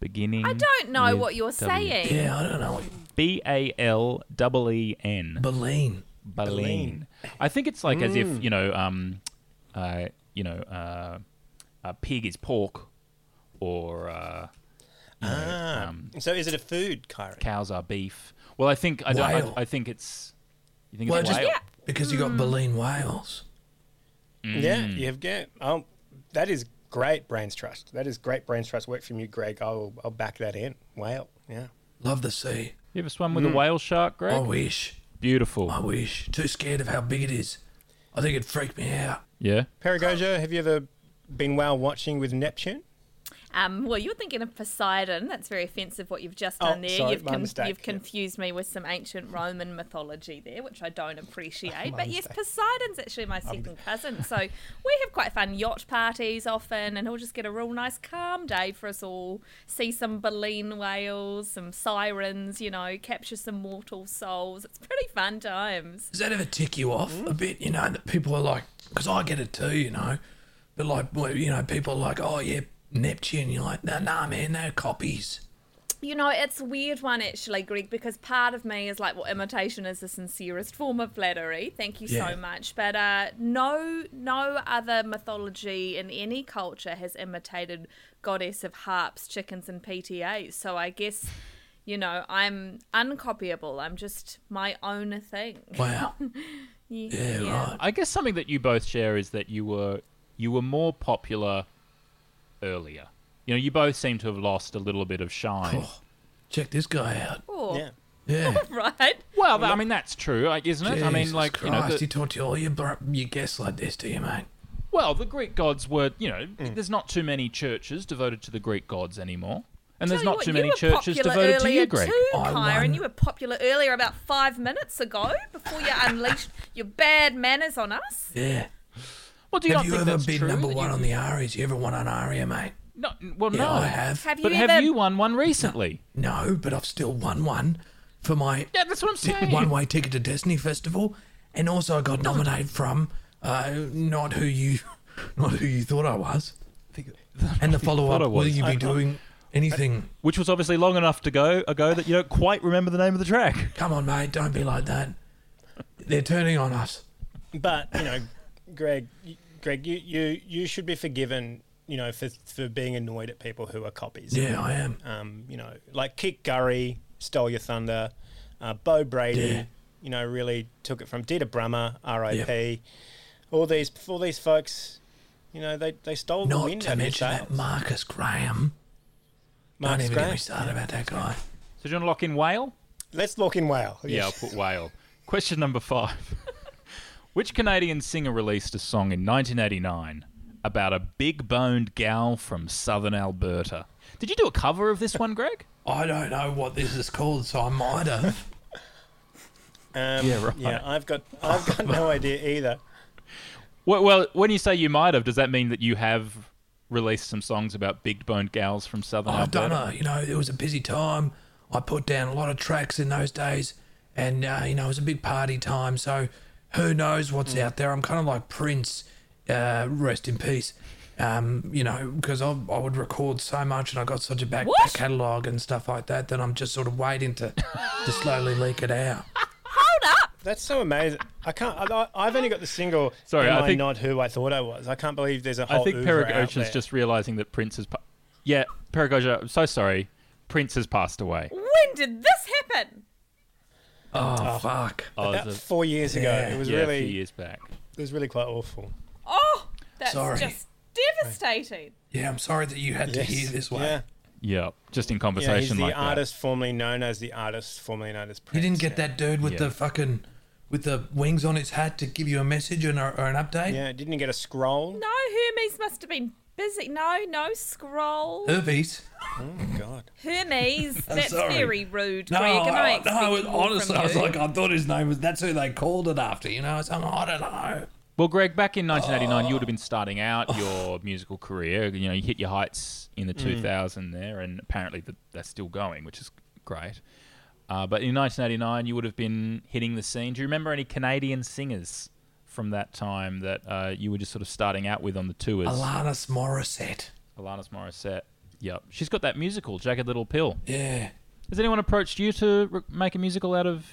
Speaker 2: Beginning.
Speaker 5: I don't know
Speaker 2: with
Speaker 5: what you're
Speaker 2: W?
Speaker 5: saying.
Speaker 6: Yeah. I don't know.
Speaker 2: B A L E E N.
Speaker 6: Baleen.
Speaker 2: Baleen. I think it's like as
Speaker 6: Mm.
Speaker 2: if you know, um, uh, you know, uh, a pig is pork, or uh, you know, um,
Speaker 1: So is it a food, Kyron?
Speaker 2: cows are beef. Well, I think I don't.
Speaker 6: Whale.
Speaker 2: I, I think it's. You think
Speaker 6: Well,
Speaker 2: it's
Speaker 6: just
Speaker 2: whale?
Speaker 6: because you
Speaker 5: Hmm.
Speaker 6: got baleen whales.
Speaker 1: Yeah,
Speaker 2: Mm.
Speaker 1: you've got. Oh, that is great brains trust. That is great brains trust work from you, Greg. I'll I'll back that in. Wow. Yeah.
Speaker 6: Love the sea.
Speaker 2: You ever swam
Speaker 6: Mm.
Speaker 2: with a whale shark, Greg?
Speaker 6: I wish.
Speaker 2: Beautiful.
Speaker 6: I wish. Too scared of how big it is. I think it'd freak me out.
Speaker 2: Yeah.
Speaker 1: Perigoja, have you ever been whale watching with Neptune?
Speaker 5: Um, well, you're thinking of Poseidon. That's very offensive what you've just
Speaker 1: Oh,
Speaker 5: done there.
Speaker 1: sorry,
Speaker 5: you've
Speaker 1: my mistake,
Speaker 5: you've
Speaker 1: yeah.
Speaker 5: confused me with some ancient Roman mythology there, which I don't appreciate. but yes, Poseidon's actually my second cousin. So we have quite fun yacht parties often, and he'll just get a real nice calm day for us all. See some baleen whales, some sirens, you know, capture some mortal souls. It's pretty fun times.
Speaker 6: Does that ever tick you off a bit? You know, that people are like, because I get it too, you know, but like, well, you know, people are like, oh, yeah, Neptune. You're like, no, nah, man, they're copies.
Speaker 5: You know, it's a weird one actually, Greg, because part of me is like, well, imitation is the sincerest form of flattery. Thank you
Speaker 6: Yeah.
Speaker 5: so much. But uh, no, no other mythology in any culture has imitated goddess of harps, chickens, and PTA. So I guess, you know, I'm uncopyable. I'm just my own thing.
Speaker 6: Wow.
Speaker 5: Yeah.
Speaker 6: Yeah, right.
Speaker 2: I guess something that you both share is that you were you were more popular earlier. You know, you both seem to have lost a little bit of shine.
Speaker 6: Oh, check this guy out.
Speaker 5: Oh,
Speaker 1: Yeah.
Speaker 6: Yeah.
Speaker 5: right.
Speaker 2: Well, I mean that's true, like, isn't it? I mean,
Speaker 6: Jesus
Speaker 2: like
Speaker 6: Christ,
Speaker 2: you know, the,
Speaker 6: he taught you all your, br- your guests like this, do you, mate?
Speaker 2: well, the Greek gods were, you know,
Speaker 1: Mm.
Speaker 2: there's not too many churches devoted to the Greek gods anymore, and
Speaker 5: Tell
Speaker 2: there's
Speaker 5: you
Speaker 2: not
Speaker 5: what,
Speaker 2: too
Speaker 5: you
Speaker 2: many
Speaker 5: were
Speaker 2: churches
Speaker 5: popular
Speaker 2: devoted to
Speaker 5: earlier
Speaker 2: you, Greg.
Speaker 5: Too,
Speaker 6: I
Speaker 5: Kyron,
Speaker 6: won.
Speaker 5: you were popular earlier about five minutes ago before you unleashed your bad manners on us.
Speaker 6: Yeah.
Speaker 2: Well, do you
Speaker 6: have
Speaker 2: not
Speaker 6: you
Speaker 2: think
Speaker 6: ever
Speaker 2: that's
Speaker 6: been
Speaker 2: true?
Speaker 6: number
Speaker 2: that
Speaker 6: one
Speaker 2: you-
Speaker 6: on the Aries? You ever won on Aria, mate?
Speaker 2: No, well,
Speaker 6: Yeah,
Speaker 2: no.
Speaker 6: I have.
Speaker 5: Have you
Speaker 2: But
Speaker 5: ever?
Speaker 2: have you won one recently?
Speaker 6: No, but I've still won one for my
Speaker 2: Yeah, that's what I'm saying.
Speaker 6: one way ticket to Destiny Festival, and also I
Speaker 2: Hmm.
Speaker 6: got nominated from uh, not who you not who you thought I was, and the follow
Speaker 2: I
Speaker 6: up. Will
Speaker 2: was.
Speaker 6: you be doing anything?
Speaker 2: Which was obviously long enough to go ago that you don't quite remember the name of the track.
Speaker 6: Come on, mate, don't be like that. They're turning on us.
Speaker 1: But you know, Greg, y- Greg, you, you you should be forgiven. You know, for for being annoyed at people who are copies.
Speaker 6: Yeah, I am.
Speaker 1: Um, you know, like Kick Gurry stole your thunder. Uh, Bo Brady,
Speaker 6: Yeah.
Speaker 1: you know, really took it from Dita Brummer, R.I.P.
Speaker 6: Yeah.
Speaker 1: All these all these folks, you know, they they stole the
Speaker 6: Not
Speaker 1: wind
Speaker 6: to
Speaker 1: out of your
Speaker 6: mention that
Speaker 1: sails.
Speaker 6: Marcus Graham.
Speaker 1: Marcus
Speaker 6: don't even get
Speaker 1: Graham.
Speaker 6: me started about that guy.
Speaker 2: So do you want to lock in whale?
Speaker 1: Let's lock in whale.
Speaker 2: Yeah, I'll put whale. Question number five. Which Canadian singer released a song in 1989 about a big boned gal from southern Alberta? Did you do a cover of this one, Greg?
Speaker 6: I don't know what this is called, so I might have.
Speaker 1: Um,
Speaker 2: Yeah, right.
Speaker 1: Yeah, I've got I've got no idea either.
Speaker 2: Well, well, when you say you might have, does that mean that you have released some songs about big boned gals from southern
Speaker 6: I've
Speaker 2: Alberta?
Speaker 6: done a, you know, it was a busy time. I put down a lot of tracks in those days, and uh, you know, it was a big party time. So, who knows what's
Speaker 2: Hmm.
Speaker 6: out there? I'm kind of like Prince, uh, rest in peace. Um, you know, because I, I would record so much, and I got such a back,
Speaker 5: What?
Speaker 6: catalogue and stuff like that that I'm just sort of waiting to to slowly leak it out.
Speaker 5: Hold up.
Speaker 1: That's so amazing. I can't. I, I- I've only got the single.
Speaker 2: Sorry,
Speaker 1: Am
Speaker 2: I
Speaker 1: I
Speaker 2: think-
Speaker 1: not who I thought I was. I can't believe there's a
Speaker 6: Oh,
Speaker 2: I
Speaker 1: whole.
Speaker 2: think
Speaker 1: oeuvre out
Speaker 2: Perigoja's
Speaker 1: there.
Speaker 2: just realizing that Prince has. Pa- yeah, Perigoja, I'm so sorry. Prince has passed away.
Speaker 5: When did this happen?
Speaker 6: Oh, fuck!
Speaker 2: Oh,
Speaker 1: About
Speaker 2: it was a-
Speaker 1: four years ago. It was
Speaker 2: yeah, a
Speaker 1: really.
Speaker 2: few years back.
Speaker 1: It was really quite awful.
Speaker 5: Oh, that's
Speaker 6: Sorry.
Speaker 5: just devastating.
Speaker 6: Yeah, I'm sorry that you had to
Speaker 1: Yes.
Speaker 6: hear this way.
Speaker 1: Yeah.
Speaker 2: Yeah, just in
Speaker 1: You know, he's
Speaker 2: conversation
Speaker 1: the
Speaker 2: like that.
Speaker 1: artist formerly known as the artist formerly known as
Speaker 6: You
Speaker 1: Prince.
Speaker 6: didn't get
Speaker 1: now.
Speaker 6: that dude with
Speaker 2: Yeah.
Speaker 6: the fucking with the wings on its hat to give you a message and or, or an update.
Speaker 1: Yeah, didn't you get a scroll?
Speaker 5: No, Hermes must have been busy. No, no scroll.
Speaker 6: Herpes.
Speaker 1: Oh, God.
Speaker 5: Hermes,
Speaker 6: I'm
Speaker 5: that's
Speaker 6: sorry.
Speaker 5: very rude,
Speaker 6: No,
Speaker 5: Greg. and I,
Speaker 6: I, no, I
Speaker 5: expected
Speaker 6: was,
Speaker 5: more from
Speaker 6: honestly, I was
Speaker 5: you.
Speaker 6: like, I thought his name was. That's who they called it after. You know, it's, I'm, I don't know.
Speaker 2: Well, Greg, back in 1989,
Speaker 6: Oh.
Speaker 2: you would have been starting out your musical career. You know, you hit your heights in the
Speaker 6: Mm.
Speaker 2: 2000 there, and apparently that that's still going, which is great. Uh, but in 1989, you would have been hitting the scene. Do you remember any Canadian singers from that time that uh, you were just sort of starting out with on the tours?
Speaker 6: Alanis Morissette.
Speaker 2: Alanis Morissette. Yep. She's got that musical, Jagged Little Pill.
Speaker 6: Yeah,
Speaker 2: Has anyone approached you to re- make a musical out of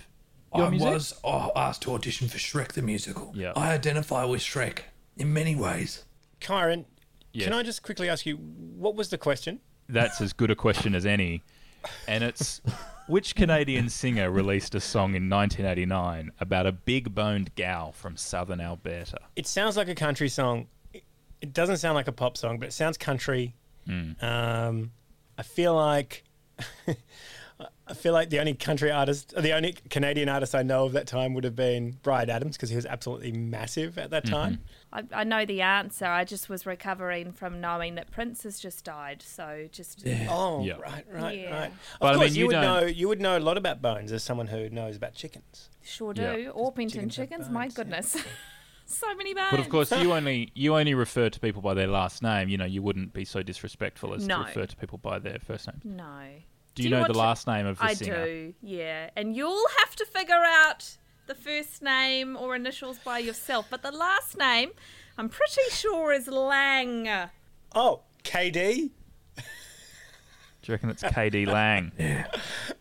Speaker 2: your
Speaker 6: I
Speaker 2: music?
Speaker 6: was oh, asked to audition for Shrek the musical.
Speaker 2: Yeah.
Speaker 6: I identify with Shrek in many ways.
Speaker 1: Kyron,
Speaker 2: Yes.
Speaker 1: can I just quickly ask you, what was the question?
Speaker 2: That's as good a question as any. And it's which Canadian singer released a song in 1989 about a big boned gal from southern Alberta?
Speaker 1: It sounds like a country song. It- It doesn't sound like a pop song, but it sounds country.
Speaker 2: Mm.
Speaker 1: Um, I feel like I feel like the only country artist, the only Canadian artist I know of that time would have been Brian Adams because he was absolutely massive at that
Speaker 2: Mm-hmm.
Speaker 1: time.
Speaker 5: I, I know the answer. I just was recovering from knowing that Prince has just died. So just
Speaker 1: Oh,
Speaker 2: Yeah.
Speaker 1: right, right,
Speaker 5: Yeah.
Speaker 1: right. Of
Speaker 2: But I mean,
Speaker 1: course, you,
Speaker 2: you
Speaker 1: would
Speaker 2: don't-
Speaker 1: know you would know a lot about bones as someone who knows about chickens.
Speaker 5: sure do.
Speaker 2: Yeah.
Speaker 5: Orpington
Speaker 1: chickens have
Speaker 5: chickens. My
Speaker 1: bones, yeah.
Speaker 5: goodness, so many bones.
Speaker 2: But of course, you only you only refer to people by their last name. You know, you wouldn't be so disrespectful as
Speaker 5: No.
Speaker 2: to refer to people by their first name.
Speaker 5: no.
Speaker 2: Do you know
Speaker 5: want
Speaker 2: the
Speaker 5: to-
Speaker 2: last name of the
Speaker 5: I
Speaker 2: singer?
Speaker 5: do. Yeah, and you'll have to figure out the first name or initials by yourself. But the last name, I'm pretty sure is Lang.
Speaker 1: Oh, KD.
Speaker 2: Do you reckon it's KD Lang? yeah.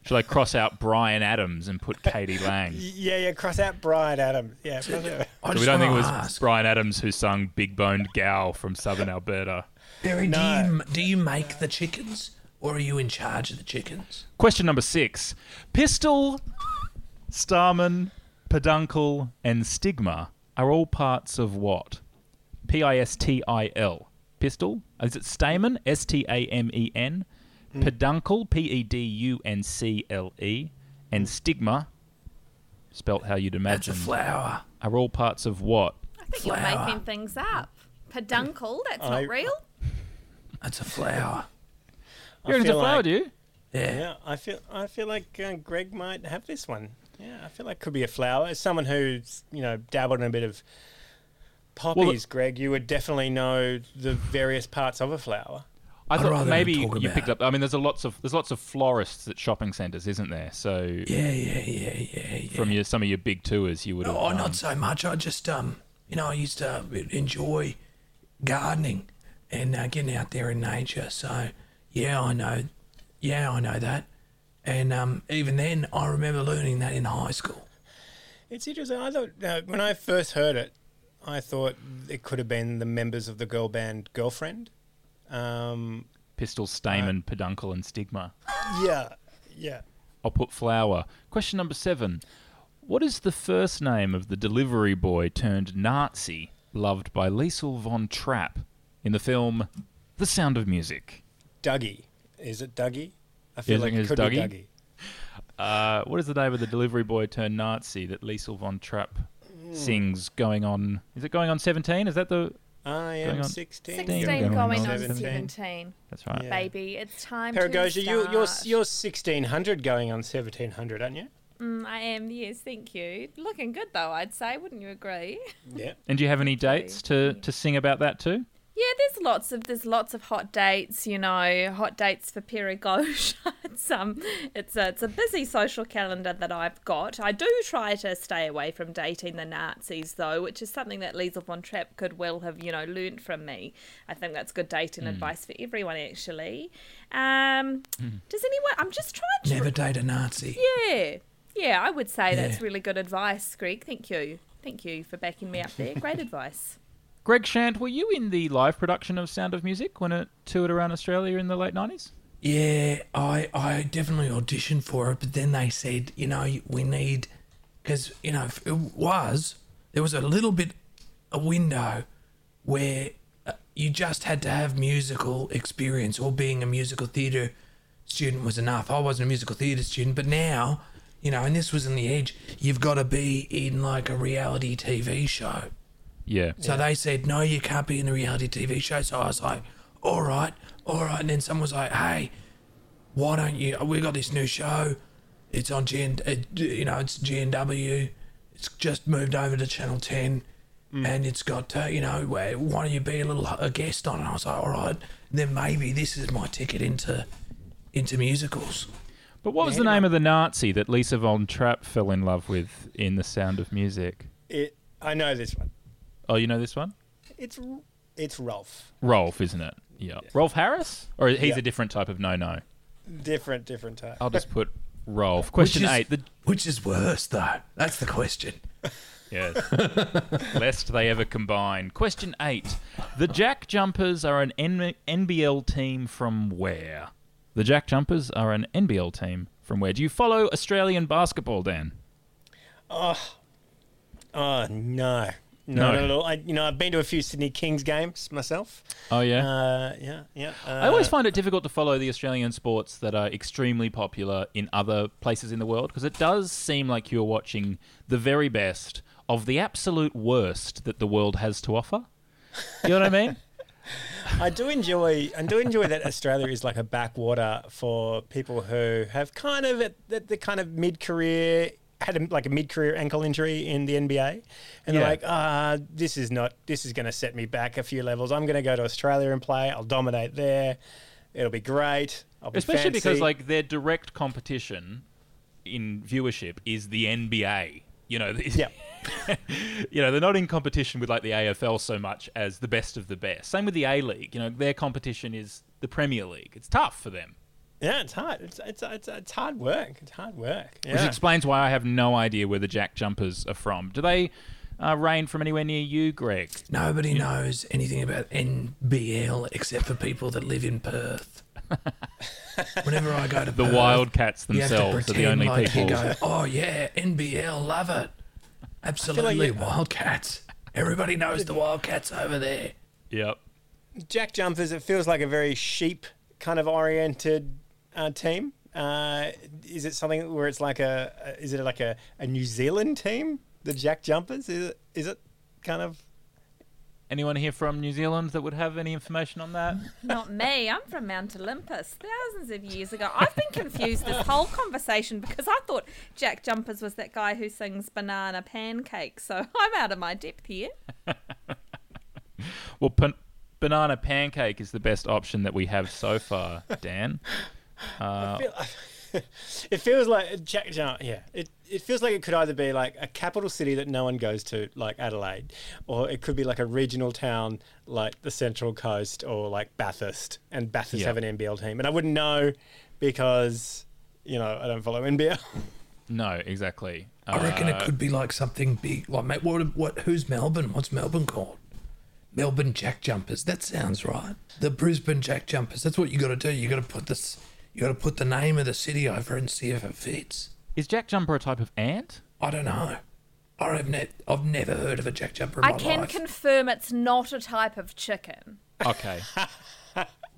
Speaker 2: Should I cross out Brian Adams and put KD Lang?
Speaker 1: Y- Yeah, yeah. Cross out Brian Adams. Yeah. cross out-
Speaker 6: I
Speaker 2: So we
Speaker 6: just
Speaker 2: don't think it
Speaker 6: wanna
Speaker 2: was
Speaker 6: ask,
Speaker 2: Brian Adams who sung Big Boned Gal from Southern Alberta.
Speaker 6: Barry,
Speaker 1: No.
Speaker 6: do, you, do you make the chickens or are you in charge of the chickens?
Speaker 2: Question number six Pistol, Starman, Peduncle, and Stigma are all parts of what? P I S T I L. Pistol? Is it stamen? S T A M E N. Peduncle? P E D U N C L E. And stigma, spelt how you'd
Speaker 6: That's a
Speaker 2: imagine,
Speaker 6: flower.
Speaker 2: are all parts of what?
Speaker 5: I think you're making things up. Peduncle. That's
Speaker 1: I-
Speaker 5: not real.
Speaker 6: That's a flower.
Speaker 1: I You're into feel flower, like- do
Speaker 2: you?
Speaker 1: Yeah, I feel I feel like uh, Greg might have this one. Yeah, I feel like could be a flower. As someone who's you know dabbled in a bit of poppies, Greg, you would definitely know the various parts of a flower.
Speaker 2: I
Speaker 6: I'd
Speaker 2: thought
Speaker 6: rather
Speaker 2: maybe
Speaker 6: not talk
Speaker 2: you picked
Speaker 6: about
Speaker 2: up. I mean, there's a lots of there's lots of florists at shopping centres, isn't there? So
Speaker 6: Yeah, yeah, yeah, yeah, yeah.
Speaker 2: from your some of your big tours, you would. have,
Speaker 6: Oh,
Speaker 2: um,
Speaker 6: not so much. I just, um, you know, I used to enjoy gardening and uh, getting out there in nature. So, yeah, I know. Yeah, I know that. And um, even then, I remember learning that in high school.
Speaker 1: It's interesting. I thought uh, when I first heard it, I thought it could have been the members of the girl band Girlfriend. Um,
Speaker 2: Pistol, stamen, peduncle, and stigma.
Speaker 1: yeah, yeah.
Speaker 2: I'll put flower. Question number seven. What is the first name of the delivery boy turned Nazi loved by Liesel von Trapp in the film The Sound of Music?
Speaker 1: Dougie, is it Dougie? I feel
Speaker 2: Yeah, I
Speaker 1: like
Speaker 2: think
Speaker 1: it
Speaker 2: it's
Speaker 1: could be
Speaker 2: Dougie.
Speaker 1: Dougie.
Speaker 2: Uh, what is the name of the delivery boy turned Nazi that Liesel von Trapp sings going on? Is it going on 17? Is that the.
Speaker 1: I
Speaker 2: Going
Speaker 1: am
Speaker 2: on.
Speaker 1: sixteen.
Speaker 5: 16 going on
Speaker 1: 17.
Speaker 5: 17.
Speaker 2: That's right.
Speaker 5: Baby, it's time to
Speaker 1: Paragosia, you,
Speaker 5: start.
Speaker 1: you're you're sixteen hundred going on seventeen hundred, aren't you?
Speaker 5: Mm, I am, yes, thank you. Looking good, though, I'd say. Wouldn't you agree?
Speaker 6: Mm.
Speaker 1: Yeah.
Speaker 2: And do you have any dates to, to sing about that too?
Speaker 5: Yeah, there's lots of there's lots of hot dates, you know, hot dates for Paragosia. it's um, it's a it's a busy social calendar that I've got. I do try to stay away from dating the Nazis though, which is something that Liesl von Trapp could well have you know learnt from me. I think that's good dating
Speaker 6: Hmm.
Speaker 5: advice for everyone actually. Um, does anyone? I'm just trying to
Speaker 6: Hmm. Never date a Nazi.
Speaker 5: Yeah. Yeah, I would say that's
Speaker 6: Yeah.
Speaker 5: really good advice, Greg. Thank you. Thank you for backing me up there. Great advice.
Speaker 2: Greg Shant, were you in the live production of Sound of Music when it toured around Australia in the late 90s?
Speaker 6: Yeah, I, I definitely auditioned for it, but then they said, you know, we need, because, you know, it was, there was a little bit, a window where uh, you just had to have musical experience or being a musical theatre student was enough. I wasn't a musical theatre student, but now, you know, and this was in the edge, you've got to be in like a reality TV show.
Speaker 2: Yeah.
Speaker 6: So they said, no, you can't be in the reality TV show. So I was like, all right, all right. And then someone was like, hey, why don't you? We got this new show. It's on GN, uh, you know, it's GNW. It's just moved over to Channel 10. And it's got, uh, you know, where- why don't you be a little a guest on it? I was like, all right, then maybe this is my ticket into into musicals.
Speaker 2: But what was the name of the Nazi that Lisa von Trapp fell in love with in The Sound of Music?
Speaker 1: It, I know this one.
Speaker 2: Oh, you know this one?
Speaker 1: It's it's Rolf.
Speaker 2: Rolf, isn't it? Yeah. Rolf Harris? Or he's
Speaker 1: Yeah.
Speaker 2: a different type of no no.
Speaker 1: Different, different type.
Speaker 2: I'll just put Rolf. Question
Speaker 6: which is,
Speaker 2: eight. The,
Speaker 6: Which is worse, though? That's the question.
Speaker 2: yes. Lest they ever combine. Question eight. The Jack Jumpers are an N- NBL team from where? The Jack Jumpers are an NBL team from where? Do you follow Australian basketball, Dan?
Speaker 1: Oh no, no,
Speaker 2: No.
Speaker 1: not at all. I, you know, I've been to a few Sydney Kings games myself.
Speaker 2: Oh, yeah. Oh.
Speaker 1: Uh, yeah, yeah. Uh,
Speaker 2: I always find it difficult to follow the Australian sports that are extremely popular in other places in the world because it does seem like you're watching the very best of the absolute worst that the world has to offer. You know what I mean?
Speaker 1: I do enjoy. I do enjoy that Australia is like a backwater for people who have kind of at the, the kind of mid career had a, like a mid career ankle injury in the NBA, and they're
Speaker 2: Yeah.
Speaker 1: like, ah, this is not. This is going to set me back a few levels. I'm going to go to Australia and play. I'll dominate there. It'll be great. I'll be
Speaker 2: Especially because
Speaker 1: fancy."
Speaker 2: like their direct competition in viewership is the NBA. You know, the-
Speaker 1: Yeah.
Speaker 2: you know, they're not in competition with like the AFL so much as the best of the best. Same with the A League. You know, their competition is the Premier League. It's tough for them.
Speaker 1: yeah, it's hard. It's it's it's, it's hard work. It's hard work. Yeah.
Speaker 2: Which explains why I have no idea where the Jack Jumpers are from. Do they uh, rain from anywhere near you, Greg?
Speaker 6: Nobody knows anything about NBL except for people that live in Perth. Whenever I go to
Speaker 2: The
Speaker 6: Perth,
Speaker 2: Wildcats
Speaker 6: you have to
Speaker 2: themselves are the
Speaker 6: pretend
Speaker 2: only
Speaker 6: like you
Speaker 2: people.
Speaker 6: go, oh yeah, NBL, love it. Absolutely,
Speaker 1: you-
Speaker 6: Wildcats. Everybody knows the Wildcats over there.
Speaker 2: Yep.
Speaker 1: Jack Jumpers, it feels like a very sheep kind of oriented uh, team. Uh, is it something where it's like a, a- is it like a, a New Zealand team? The Jack Jumpers is it, is it kind of
Speaker 2: Anyone here from New Zealand that would have any information on that?
Speaker 5: Not me. I'm from Mount Olympus, thousands of years ago. I've been confused this whole conversation because I thought Jack Jumpers was that guy who sings banana pancakes. So I'm out of my depth here.
Speaker 2: Well, pan- banana pancake is the best option that we have so far, Dan.
Speaker 1: it feels like Jack Jump, yeah it it feels like it could either be like a capital city that no one goes to like Adelaide or it could be like a regional town like the Central Coast or like Bathurst and Bathurst
Speaker 2: Yeah.
Speaker 1: have an NBL team and I wouldn't know because you know I don't follow NBL.
Speaker 2: No, exactly.
Speaker 6: I
Speaker 2: Uh,
Speaker 6: reckon it could be like something big. Like, mate, what? What? Who's Melbourne? What's Melbourne called? Melbourne Jack Jumpers. That sounds right. The Brisbane Jack Jumpers. That's what you got to do. You got to put this. You got to put the name of the city over and see if it fits.
Speaker 2: is Jack Jumper a type of ant?
Speaker 6: I don't know. I have ne- I've never heard of a Jack Jumper in
Speaker 5: I
Speaker 6: my
Speaker 5: can
Speaker 6: life.
Speaker 5: confirm it's not a type of chicken.
Speaker 2: Okay.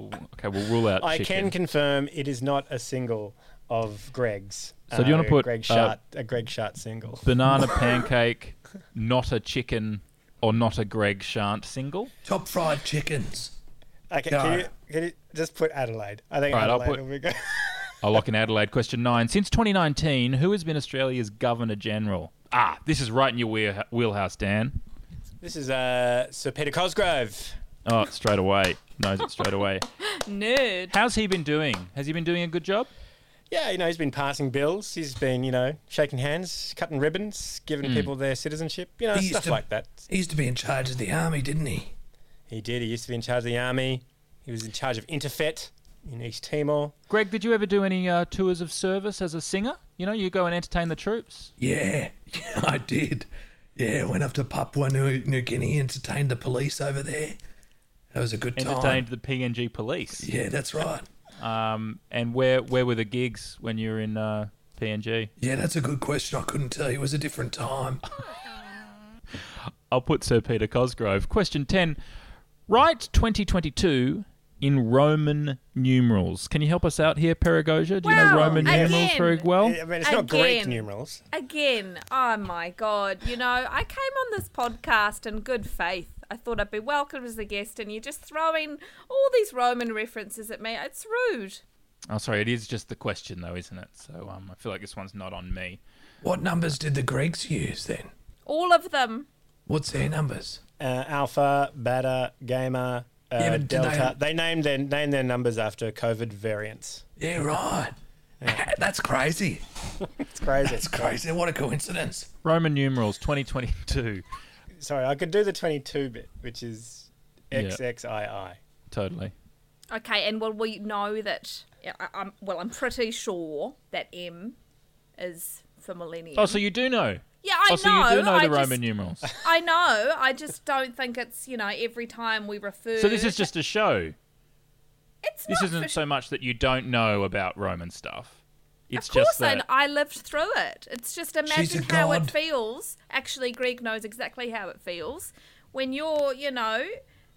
Speaker 2: Ooh, okay, we'll rule out.
Speaker 1: I
Speaker 2: chicken.
Speaker 1: can confirm it is not a single of Greg's.
Speaker 2: So do you wanna
Speaker 1: uh,
Speaker 2: put,
Speaker 1: Greg
Speaker 2: uh,
Speaker 1: Shart, a Greg Shart single?
Speaker 2: banana pancake, not a chicken, or not a Greg Shant single.
Speaker 6: Top fried chickens.
Speaker 1: Okay,
Speaker 6: no.
Speaker 1: Uh, can, you, can you just put Adelaide? I think
Speaker 2: All right, I'll
Speaker 1: Adelaide
Speaker 2: put-
Speaker 1: will be good.
Speaker 2: I'll lock in Adelaide. Question nine. Since 2019, who has been Australia's Governor General? Ah, this is right in your wheel- wheelhouse, Dan.
Speaker 1: This is uh, Sir Peter Cosgrove.
Speaker 2: Oh, straight away. Knows it straight away.
Speaker 5: Nerd.
Speaker 2: How's he been doing? Has he been doing a good job?
Speaker 1: Yeah, you know, he's been passing bills. He's been, you know, shaking hands, cutting ribbons, giving people their citizenship, you know,
Speaker 6: Hmm. He used
Speaker 1: stuff
Speaker 6: to-
Speaker 1: like that.
Speaker 6: He used to be in charge of the army, didn't he?
Speaker 1: He did. He used to be in charge of the army. He was in charge of Interfet in East Timor.
Speaker 2: Greg, did you ever do any uh, tours of service as a singer? You know, you go and entertain the troops.
Speaker 6: Yeah, yeah, I did. Yeah, went up to Papua New, New Guinea, entertained the police over there. That was a good time.
Speaker 2: Entertained the PNG police.
Speaker 6: Yeah, that's right.
Speaker 2: Um, and where where were the gigs when you were in uh, PNG?
Speaker 6: Yeah, that's a good question. I couldn't tell you. It was a different time.
Speaker 2: I'll put Sir Peter Cosgrove. Question 10. Write 2022 in Roman numerals. Can you help us out here, Paragosia? Do you know
Speaker 5: Wow,
Speaker 2: Roman numerals
Speaker 5: again.
Speaker 2: very well?
Speaker 1: Oh, I mean, it's not Greek
Speaker 5: Again.
Speaker 1: numerals.
Speaker 5: Again, oh my God. You know, I came on this podcast in good faith. I thought I'd be welcome as a guest, and you're just throwing all these Roman references at me. It's rude.
Speaker 2: Oh, sorry, it is just the question, though, isn't it? So um, I feel like this one's not on me.
Speaker 6: What numbers did the Greeks use then?
Speaker 5: All of them.
Speaker 6: What's their numbers?
Speaker 1: Uh, alpha, beta, gamma, uh,
Speaker 6: Yeah, but did
Speaker 1: delta. They, named their name their numbers after COVID variants.
Speaker 6: Yeah, right. That's crazy.
Speaker 1: It's crazy.
Speaker 6: That's crazy. What a coincidence.
Speaker 2: Roman numerals 2022.
Speaker 1: Sorry, I could do the 22 bit, which is
Speaker 2: Yeah.
Speaker 1: XXII.
Speaker 2: Totally.
Speaker 5: Okay, and well, we know that. I, I'm, well, I'm pretty sure that M is for millennium.
Speaker 2: Oh, so you do know?
Speaker 5: yeah, I
Speaker 2: oh,
Speaker 5: know.
Speaker 2: so you do know
Speaker 5: I
Speaker 2: the
Speaker 5: just,
Speaker 2: Roman numerals.
Speaker 5: I know. I just don't think it's you know every time we refer.
Speaker 2: so this is just a show.
Speaker 5: It's
Speaker 2: This
Speaker 5: not
Speaker 2: isn't
Speaker 5: for
Speaker 2: so much that you don't know about Roman stuff. It's
Speaker 5: of course,
Speaker 2: just that.
Speaker 5: I, I lived through it. It's just imagine
Speaker 6: a
Speaker 5: how
Speaker 6: god.
Speaker 5: it feels. Actually, Greg knows exactly how it feels when you're, you know,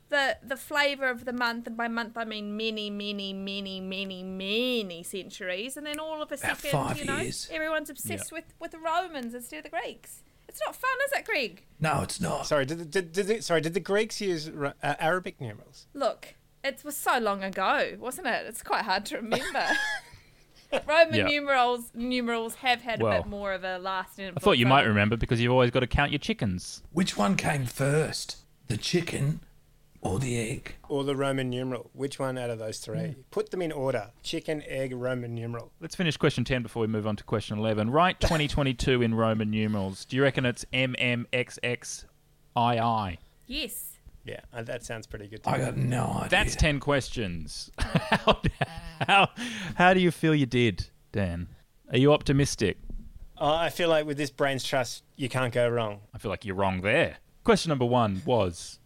Speaker 5: the the flavor of the month, and by month I mean many, many, many, many, many centuries, and then all of a
Speaker 6: About
Speaker 5: second,
Speaker 6: five
Speaker 5: you know,
Speaker 6: years.
Speaker 5: everyone's obsessed with with the Romans instead of the Greeks. It's not fun, is it, Greg?
Speaker 6: No, it's not.
Speaker 1: Sorry, did, the- did, did the, sorry, did the Greeks use Ro- uh, Arabic numerals?
Speaker 5: Look, it was so long ago, wasn't it? It's quite hard to remember. Roman
Speaker 2: Yeah.
Speaker 5: numerals numerals have had a
Speaker 2: Well,
Speaker 5: bit more of a lasting.
Speaker 2: I thought you might
Speaker 5: influence.
Speaker 2: remember because you've always got to count your chickens.
Speaker 6: Which one came first, the chicken or the egg?
Speaker 1: Or the Roman numeral? Which one out of those three? Put them in order chicken, egg, Roman numeral.
Speaker 2: Let's finish question 10 before we move on to question 11. Write 2022 in Roman numerals. Do you reckon it's MMXXII?
Speaker 5: Yes.
Speaker 1: Yeah, uh, that sounds pretty good. To
Speaker 6: I
Speaker 1: me.
Speaker 6: got no idea.
Speaker 2: That's 10 questions. how, how, how do you feel you did, Dan? Are you optimistic?
Speaker 1: Uh, I feel like with this brain's trust, you can't go wrong.
Speaker 2: I feel like you're wrong there. Question number one was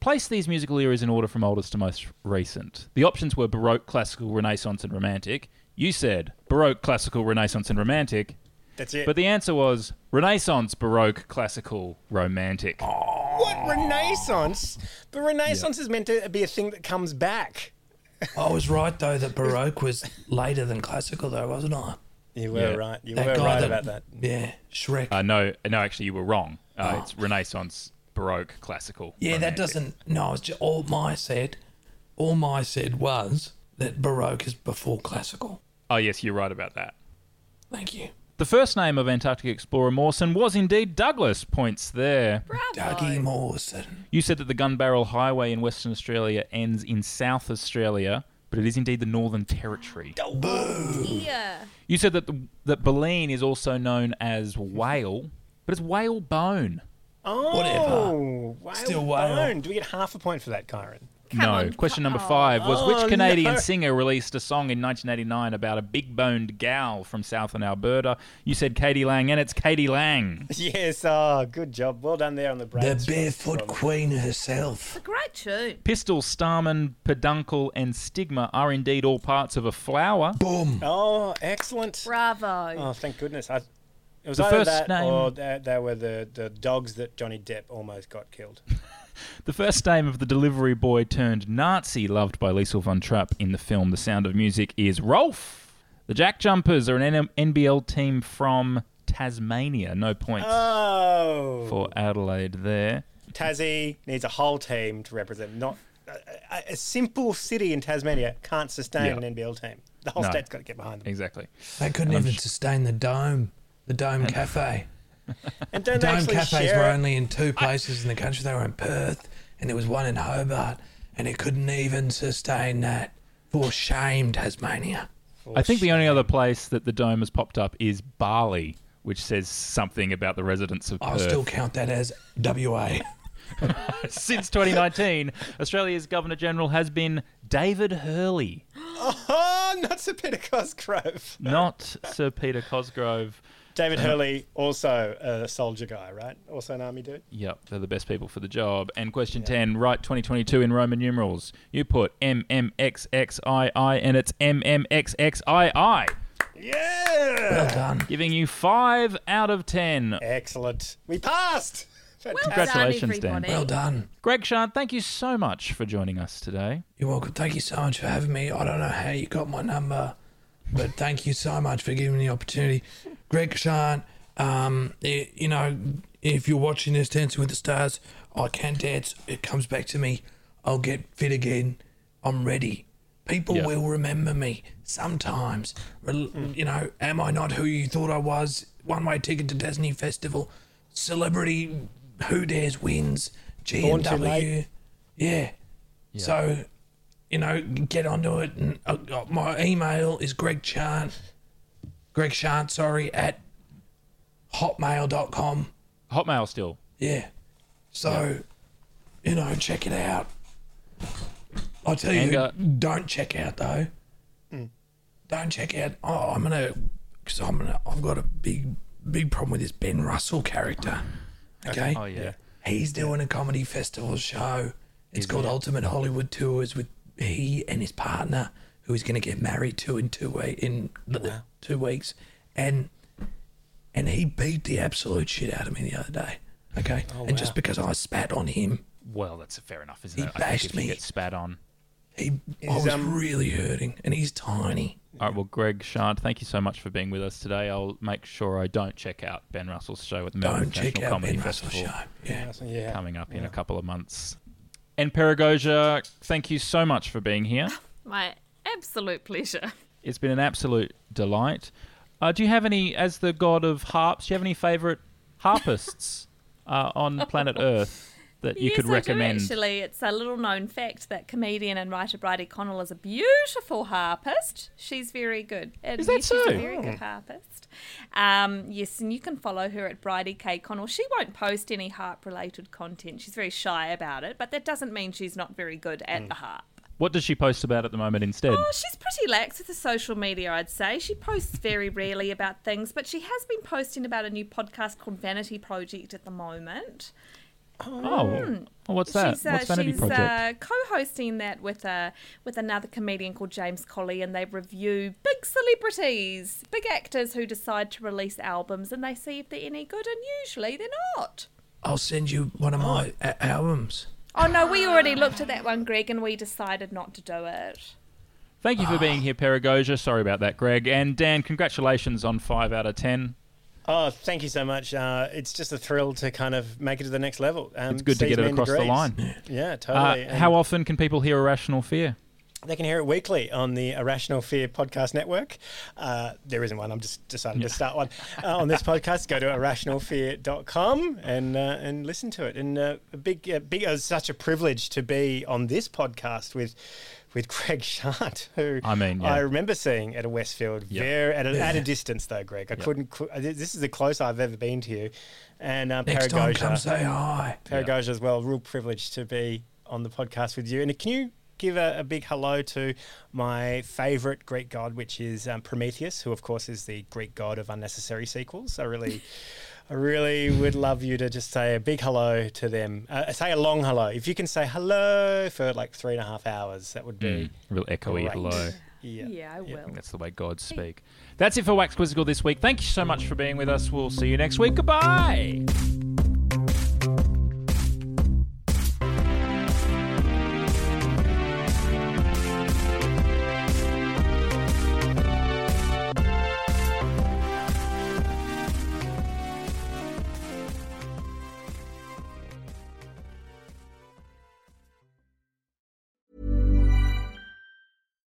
Speaker 2: place these musical eras in order from oldest to most recent. The options were Baroque, Classical, Renaissance, and Romantic. You said Baroque, Classical, Renaissance, and Romantic.
Speaker 1: That's it.
Speaker 2: But the answer was Renaissance, Baroque, Classical, Romantic.
Speaker 1: Oh. what Renaissance? But Renaissance is meant to be a thing that comes back.
Speaker 6: I was right though that Baroque was later than classical though, wasn't I?
Speaker 1: You were
Speaker 2: Yeah.
Speaker 1: right. You were right about that.
Speaker 6: Yeah, Shrek.
Speaker 2: Uh, no, no, actually, you were wrong. Uh,
Speaker 1: Oh.
Speaker 2: It's Renaissance, Baroque, Classical.
Speaker 6: yeah, that
Speaker 2: Romantic.
Speaker 6: doesn't. No, it's just, all my said. All my said was that Baroque is before classical.
Speaker 2: Oh, yes, you're right about that.
Speaker 6: Thank you,
Speaker 2: The first name of Antarctic explorer Mawson was indeed Douglas. Points there.
Speaker 6: Dougie Mawson.
Speaker 2: You said that the Gun Barrel Highway in Western Australia ends in South Australia, but it is indeed the Northern Territory.
Speaker 5: Yeah.
Speaker 2: You said that the, that Baleen is also known as whale, but it's whale bone.
Speaker 1: Oh,
Speaker 6: Whatever.
Speaker 1: Whale
Speaker 6: Still whale.
Speaker 1: bone. Do we get half a point for that, Kyron?
Speaker 2: no.
Speaker 5: on,
Speaker 2: Question
Speaker 5: co-
Speaker 2: number
Speaker 5: oh.
Speaker 2: five was
Speaker 1: Oh,
Speaker 2: which Canadian
Speaker 1: no.
Speaker 2: singer released a song in 1989 about a big boned gal from southern Alberta? You said Katie Lang, and it's Katie Lang.
Speaker 1: Yes. Oh, good job. Well done there on the brain.
Speaker 6: The
Speaker 1: trust.
Speaker 6: barefoot queen herself.
Speaker 5: A great tune.
Speaker 2: Pistil, stamen, peduncle, and stigma are indeed all parts of a flower.
Speaker 6: Boom.
Speaker 1: Oh, excellent.
Speaker 5: Bravo.
Speaker 1: Oh, thank goodness. I, it was
Speaker 2: The
Speaker 1: either
Speaker 2: first
Speaker 1: that
Speaker 2: name-
Speaker 1: or they, they were the, the dogs that Johnny Depp almost got killed.
Speaker 2: The first name of the delivery boy turned Nazi, loved by Liesl von Trapp in the film The Sound of Music, is Rolf. The Jack Jumpers are an N- NBL team from Tasmania. No points
Speaker 1: Oh.
Speaker 2: for Adelaide there.
Speaker 1: Tassie needs a whole team to represent. Not a, a- a simple city in Tasmania can't sustain
Speaker 2: Yeah.
Speaker 1: an NBL team. The whole
Speaker 2: No.
Speaker 1: state's got to get behind them.
Speaker 2: Exactly.
Speaker 6: They couldn't even sustain the dome. The dome cafe.
Speaker 1: And don't they
Speaker 6: Dome
Speaker 1: actually
Speaker 6: cafes
Speaker 1: share
Speaker 6: were
Speaker 1: it?
Speaker 6: only in two places in the country. They were in Perth and there was one in Hobart, and it couldn't even sustain that. For shame, Tasmania.
Speaker 2: I think the only other place that the dome has popped up is Bali, which says something about the residents of
Speaker 6: I'll
Speaker 2: Perth.
Speaker 6: still count that as WA.
Speaker 2: Since 2019, Australia's Governor General has been David Hurley.
Speaker 1: Oh, not Sir Peter Cosgrove.
Speaker 2: not Sir Peter Cosgrove.
Speaker 1: David
Speaker 2: Uh-huh.
Speaker 1: Hurley, also a soldier guy, right? Also an army dude.
Speaker 2: Yep, they're the best people for the job. And question 10, write 2022 in Roman numerals. You put MMXXII and it's MMXXII,
Speaker 1: Yeah.
Speaker 6: Well done.
Speaker 2: giving you 5 out of 10.
Speaker 1: Excellent. We passed.
Speaker 2: Congratulations, Dan.
Speaker 5: everybody.
Speaker 6: Well done.
Speaker 2: Greg Shard, thank you so much for joining us today.
Speaker 6: You're welcome. Thank you so much for having me. I don't know how you got my number, but thank you so much for giving me the opportunity. Greg Shan, um, i- you know, if you're watching this Dancing with the Stars, I can dance. It comes back to me. I'll get fit again. I'm ready. People
Speaker 2: Yeah.
Speaker 6: will remember me sometimes. Rel- You know, am I not who you thought I was? One way ticket to Disney Festival. Celebrity Who Dares wins.
Speaker 1: Born too late.
Speaker 6: GMW. Yeah. So, you know, get onto it. And uh, uh, my email is Greg Chant, Greg Chant, sorry, at hotmail.com.
Speaker 2: Hotmail still.
Speaker 6: Yeah. So, you know, check it out. I'll tell you,
Speaker 2: And, uh,
Speaker 6: don't check out though. Don't check out. Oh, I'm gonna, because I'm gonna. I've got a big, big problem with this Ben Russell character. Okay.
Speaker 2: Oh, yeah.
Speaker 6: He's doing a comedy festival show. It's called Ultimate Hollywood Tours with he and his partner, who he's going to get married to in two we- in the- the two weeks, and and he beat the absolute shit out of me the other day. Okay,
Speaker 2: Oh,
Speaker 6: and just because I spat on him,
Speaker 2: Well, that's fair enough, isn't
Speaker 6: He
Speaker 2: it? I think
Speaker 6: bashed
Speaker 2: if
Speaker 6: me.
Speaker 2: you get spat on.
Speaker 6: he I
Speaker 1: Is,
Speaker 6: was
Speaker 1: um,
Speaker 6: really hurting, and he's tiny.
Speaker 2: All right, well, Greg Shant, thank you so much for being with us today. I'll make sure I don't check out Ben Russell's show at the Melbourne
Speaker 6: Don't check
Speaker 2: International
Speaker 6: out
Speaker 2: Comedy
Speaker 6: Ben Russell's
Speaker 2: Festival
Speaker 6: show. Yeah,
Speaker 1: Yeah.
Speaker 2: coming up in a couple of months. And Paragosia, thank you so much for being here.
Speaker 5: My absolute pleasure.
Speaker 2: It's been an absolute delight. Uh, do you have any, as the god of harps, do you have any favourite harpists uh, on planet Earth that you
Speaker 5: yes,
Speaker 2: could
Speaker 5: I
Speaker 2: recommend?
Speaker 5: Do actually, it's a little known fact that comedian and writer Bridie Connell is a beautiful harpist. She's very good. And
Speaker 2: Is that
Speaker 5: yes, she's
Speaker 2: so? Oh.
Speaker 5: a very good harpist. Um, yes, and you can follow her at Bridie K Connell. She won't post any harp related content. She's very shy about it, but that doesn't mean she's not very good at
Speaker 6: Mm.
Speaker 5: the harp.
Speaker 2: What does she post about at the moment instead?
Speaker 5: Oh, she's pretty lax with the social media, I'd say. She posts very rarely about things, but she has been posting about a new podcast called Vanity Project at the moment. Hmm.
Speaker 2: Oh, oh, what's that?
Speaker 5: She's, uh,
Speaker 2: what's Vanity
Speaker 5: she's
Speaker 2: Project?
Speaker 5: Uh, co-hosting that with uh, with another comedian called James Colley, and they review big celebrities, big actors who decide to release albums, and they see if they're any good, and usually they're not.
Speaker 6: I'll send you one of my a- albums.
Speaker 5: Oh no, we already looked at that one, Greg, and we decided not to do it.
Speaker 2: Thank you for being here, Paragosia. Sorry about that, Greg. And Dan, congratulations on 5 out of 10.
Speaker 1: Oh, thank you so much. Uh, it's just a thrill to kind of make it to the next level. Um,
Speaker 2: It's good to get it
Speaker 1: Seasman
Speaker 2: across the
Speaker 1: degrees.
Speaker 2: line.
Speaker 1: Yeah,
Speaker 2: Uh,
Speaker 1: totally. And
Speaker 2: how often can people hear Irrational Fear?
Speaker 1: They can hear it weekly on the Irrational Fear Podcast Network. Uh, there isn't one. I'm just deciding to start one uh, on this podcast. Go to irrationalfear.com and uh, and listen to it. And uh, a big, uh, big. It was such a privilege to be on this podcast with with Greg Shant, who
Speaker 2: I mean, yeah.
Speaker 1: I remember seeing at a Westfield very at a, at a distance though, Greg. I couldn't. cou- This is the closest I've ever been to you. And uh,
Speaker 6: Next time,
Speaker 1: Paragosia.
Speaker 6: come say hi.
Speaker 1: Paragosia as well. Real privilege to be on the podcast with you. And can you give a, a big hello to my favourite Greek god, which is um, Prometheus, who of course is the Greek god of unnecessary sequels. I really. I really would love you to just say a big hello to them. Uh, say a long hello. If you can say hello for like three and a half hours, that would be
Speaker 2: Real echoey
Speaker 1: great.
Speaker 2: hello.
Speaker 1: Yeah.
Speaker 5: Yeah, I
Speaker 2: I
Speaker 5: will.
Speaker 2: think that's the way gods speak. That's it for Wax Quizzical this week. Thank you so much for being with us. We'll see you next week. Goodbye.